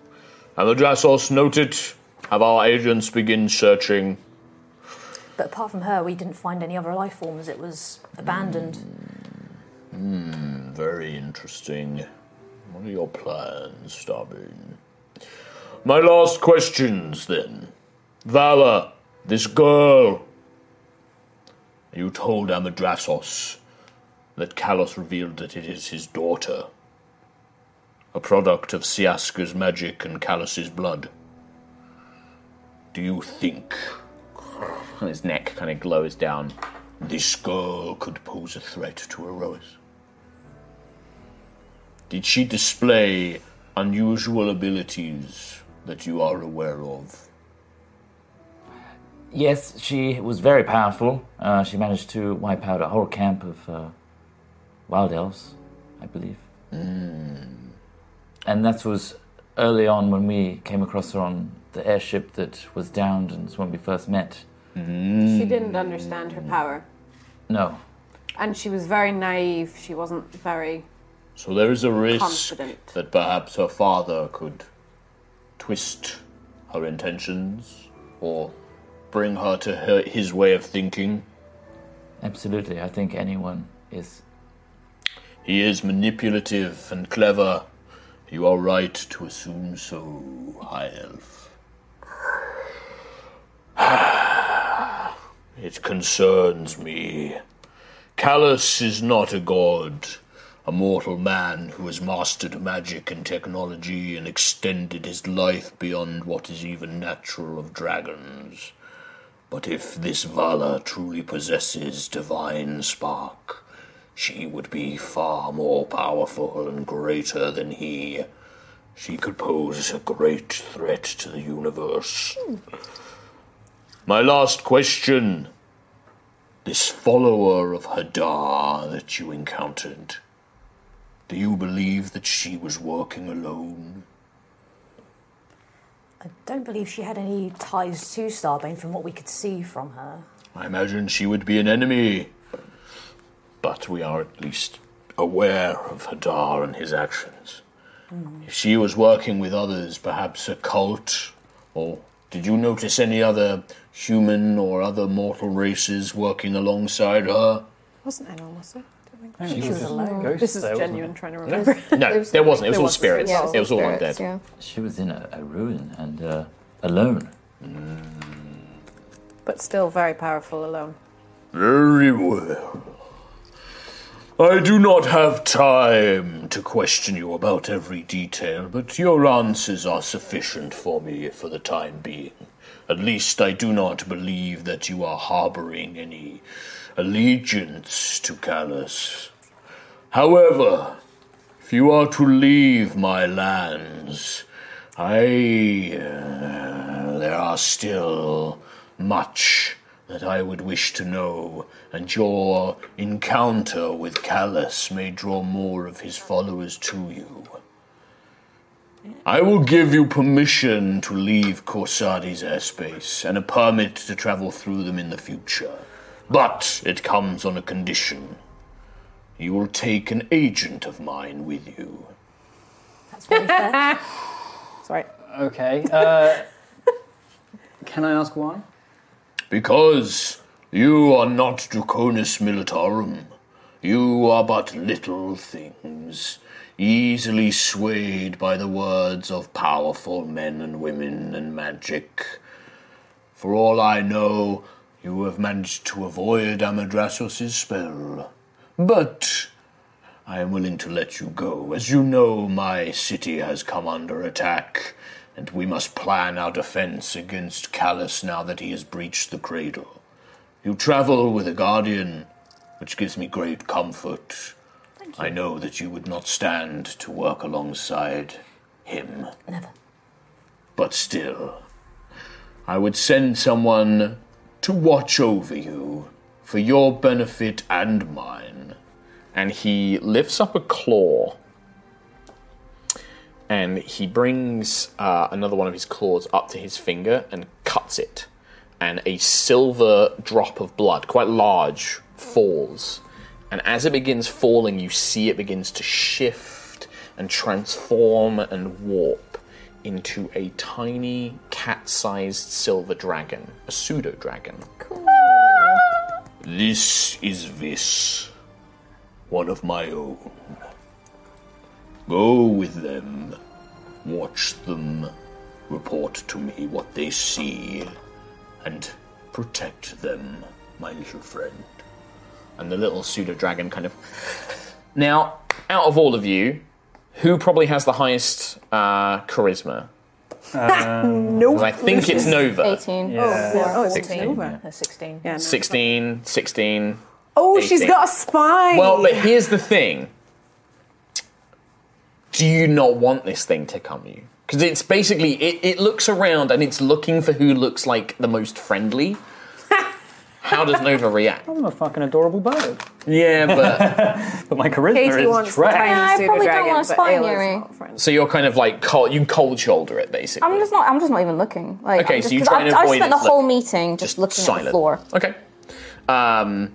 Amadrasos, note it. Have our agents begin searching.
But apart from her, we didn't find any other life forms. It was abandoned.
Very interesting. What are your plans, Starbane? My last questions, then. Vala, this girl. You told Amadrasos that Kalos revealed that it is his daughter. A product of Siaska's magic and Kalos's blood. do you think? And his neck kind of glows down. This girl could pose a threat to Erois. Did she display unusual abilities that you are aware of?
Yes, she was very powerful. Uh, she managed to wipe out a whole camp of uh, wild elves, I believe. And that was early on when we came across her on the airship that was downed, and it's when we first met.
Mm.
She didn't understand her power.
No,
And she was very naive. She wasn't very.
So there is a risk
Confident.
that perhaps her father could twist her intentions or bring her to her, his way of thinking.
absolutely. I think anyone is.
He is manipulative and clever. You are right to assume so, High Elf. it concerns me. Callus is not a god, a mortal man who has mastered magic and technology and extended his life beyond what is even natural of dragons. But if this Vala truly possesses divine spark, she would be far more powerful and greater than he. She could pose a great threat to the universe. My last question. This follower of Hadar that you encountered, do you believe that she was working alone?
I don't believe she had any ties to Starbane from what we could see from her.
I imagine she would be an enemy. But we are at least aware of Hadar and his actions. If she was working with others, perhaps a cult, or did you notice any other human or other mortal races working alongside her?
Wasn't Anna, was it?
She was
alone.
ghost,
This is
though, wasn't
genuine.
it?
Trying to remember.
No, there wasn't. It was all
was-
spirits.
yeah,
it was
It was all
spirits,
undead.
Yeah.
She was in a, a ruin and uh, alone.
but still very powerful alone.
Very well. I do not have time to question you about every detail, but your answers are sufficient for me for the time being. At least I do not believe that you are harboring any allegiance to Callus. However, if you are to leave my lands, I. uh, there are still much that I would wish to know, and your encounter with Callus may draw more of his followers to you. I will give you permission to leave Corsadi's airspace and a permit to travel through them in the future, but it comes on a condition. You will take an agent of mine with you.
That's very fair.
Sorry.
Okay. Uh, can I ask why?
Because you are not Draconis Militarum. You are but little things, easily swayed by the words of powerful men and women and magic. For all I know, you have managed to avoid Amadrasos's spell. But I am willing to let you go. As you know, my city has come under attack, and we must plan our defense against Callus now that he has breached the cradle. You travel with a guardian, which gives me great comfort. I know that you would not stand to work alongside him.
Never.
But still, I would send someone to watch over you for your benefit and mine and he lifts up a claw and he brings uh, another one of his claws up to his finger and cuts it and a silver drop of blood quite large falls and as it begins falling you see it begins to shift and transform and warp into a tiny cat-sized silver dragon a pseudo dragon this is this one of my own. Go with them, watch them, report to me what they see, and protect them, my little friend. And the little pseudo dragon kind of. Now, out of all of you, who probably has the highest uh, charisma?
No.
I think it's Nova.
18.
Yeah.
Oh, it's
16,
over.
Uh, 16.
Yeah, no.
16, 16.
Oh, she's
18.
got a spine.
Well, but here's the thing. Do you not want this thing to come you? Because it's basically it, it looks around and it's looking for who looks like the most friendly. How does Nova react?
I'm a fucking adorable bird.
Yeah, but
But my charisma
Katie wants
is
the tiny
trash.
Yeah, I
pseudo
probably don't
dragon,
want a
but
spine,
Ayla's
Yuri.
not a friend.
so you're kind of like cold, you cold shoulder it basically.
I'm just not. I'm just not even looking. Like,
Okay,
I'm just,
so you
'cause
try
I've,
and
I've
avoid
spent
it,
the
like,
whole meeting just, looking at the floor.
Okay. Um,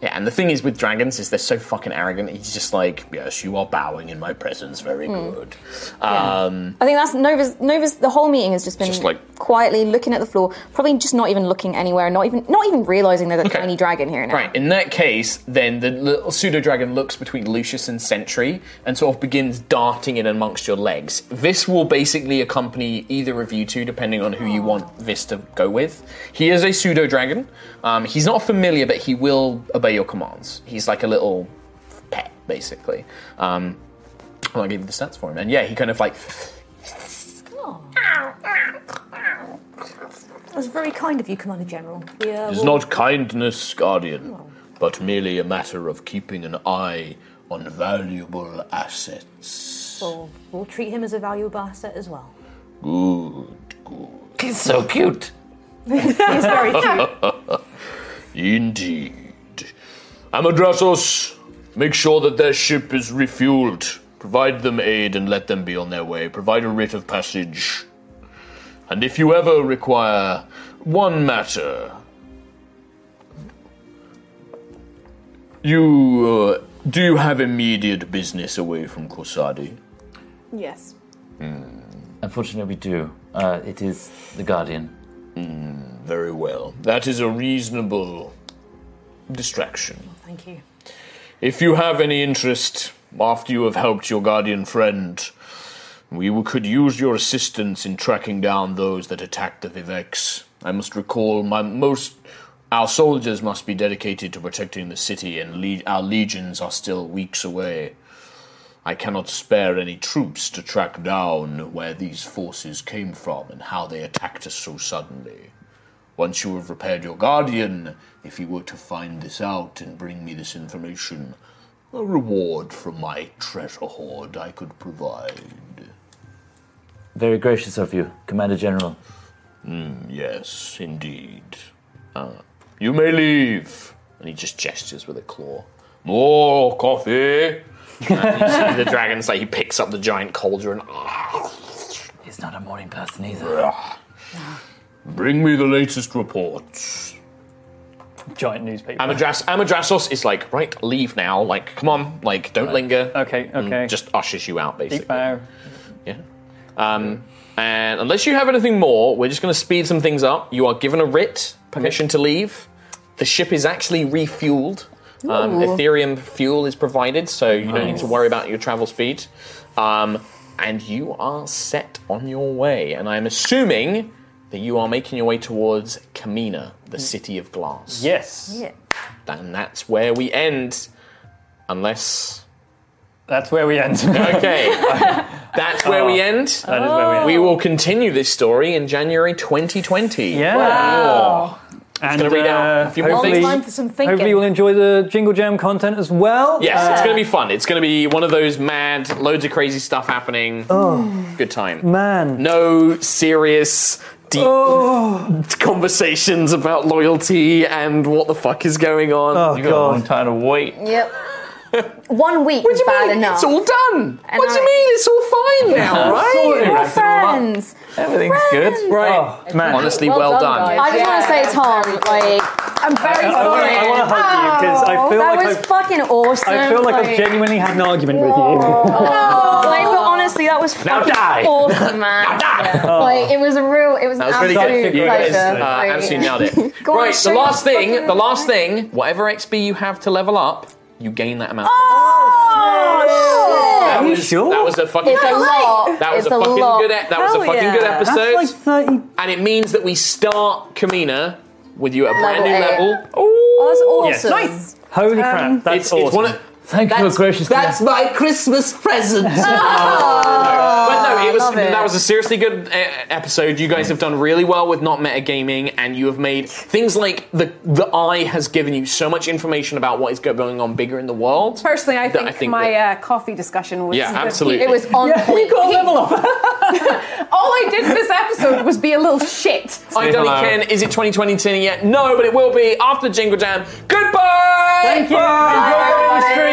yeah, and the thing is with dragons is they're so fucking arrogant. He's just like, yes, you are bowing in my presence. Very
Hmm.
good. Um,
I think that's Nova's. Nova's. The whole meeting has just been
Just like-
quietly looking at the floor, probably just not even looking anywhere, not even not even realizing there's a
Okay.
tiny dragon here now.
Right. In that case, then the little pseudo dragon looks between Lucius and Sentry and sort of begins darting in amongst your legs. This will basically accompany either of you two, depending on who you want this to go with. He is a pseudo dragon. Um, he's not familiar, but he will obey your commands. He's like a little pet, basically. Um, well, I gave you the stats for him, and yeah, he kind of like
That was very kind of you, Commander General. We, uh,
It's
will-
not kindness, Guardian, but merely a matter of keeping an eye on valuable assets.
We'll, we'll treat him as a valuable asset as well.
Good, good.
He's so cute.
He's very cute.
Indeed. Amadrasos, make sure that their ship is refueled. Provide them aid and let them be on their way. Provide a writ of passage. And if you ever require one matter, you uh, do have immediate business away from Corsadi.
Yes.
Unfortunately, we do. Uh, it is the Guardian.
Very well. That is a reasonable distraction.
Thank you.
If you have any interest after you have helped your guardian friend, we w- could use your assistance in tracking down those that attacked the Vivex. I must recall my most our soldiers must be dedicated to protecting the city and le- our legions are still weeks away. I cannot spare any troops to track down where these forces came from and how they attacked us so suddenly. Once you have repaired your guardian, if you were to find this out and bring me this information, a reward from my treasure hoard I could provide.
Very gracious of you, Commander General.
Yes, indeed. Uh, you may leave. And he just gestures with a claw. More coffee. and you see the dragon's like he picks up the giant cauldron. Ah.
He's not a morning person either.
Bring me the latest reports.
Giant newspaper.
Amadras- Amadrasos is like, right, leave now. Like, come on, like, don't linger.
okay,
and
okay.
Mm,
Uh,
Just ushers you out, basically.
Deep bow.
Yeah. Um, and unless you have anything more, we're just going to speed some things up. You are given a writ, permission to leave. The ship is actually refueled. Um, Ethereum fuel is provided, so you don't need to worry about your travel speed. Um, and you are set on your way. And I'm assuming that you are making your way towards Kamina, the city of glass.
Yes.
Yeah.
And that's where we end. Unless.
That's where we end. that
Okay. that's where we end.
is where
Oh.
we end.
We will continue this story in January 2020.
yeah. And
gonna read out
uh,
a few more
hopefully-
things.
Time for some thinking.
Hopefully, you'll enjoy the Jingle Jam content as well.
Yes,
Uh,
it's going to be fun. It's going to be one of those mad, loads of crazy stuff happening. Good time.
man.
No serious, deep conversations about loyalty and what the fuck is going on.
Oh,
You got a long
God.
time to wait.
Yep. One week
What
was
do you
bad
mean?
enough.
It's all done.
And
what do
I-
you mean? It's all fine now,
sorted.
right?
We're
wrapping all up.
friends.
Everything's
Friends.
good.
Right.
Oh, man.
Honestly, well, done.
I just want to say, Tom, like
I'm very
I want to
sorry.
hug you because I feel
that
like
was
I've,
fucking awesome.
I feel like I've genuinely had an argument with you.
Oh.
Like, but honestly, that was
Now
fucking
die.
awesome, man.
Ah!
Like, it was a real, it was an
That was really
absolute
good. You guys
pleasure.
uh,
Like-
absolutely nailed it.
Go on,
right,
show
the last
your
thing,
fucking-
the last thing, whatever XP you have to level up, you gain that amount.
Oh,
that
Are you
was,
sure?
That was a fucking.
It's a lot.
That was
it's
a fucking
lot.
good. e- That was a
Hell
fucking
yeah.
good
That's
episode,
That's like 30.
Um,
and it means that we start Kamina with you at a brand new
Level eight.
level.
That's awesome.
Holy crap. That's
It's,
awesome.
it's one of
Thank you,
That's,
gracious.
that's my Christmas present.
but no, it was
love it.
that was a seriously good uh, episode. You guys have done really well with not metagaming, and you have made things like the the eye has given you so much information about what is going on bigger in the world.
Personally, I
that
think, my
that-
uh, coffee discussion was.
yeah,
the-
absolutely.
It was on point.
level up. All I did this episode was be a little shit.
I don't
Hello.
Ken, is it 2020 yet? No, but it will be after Jingle Jam. Goodbye.
Thank you. Enjoy the stream.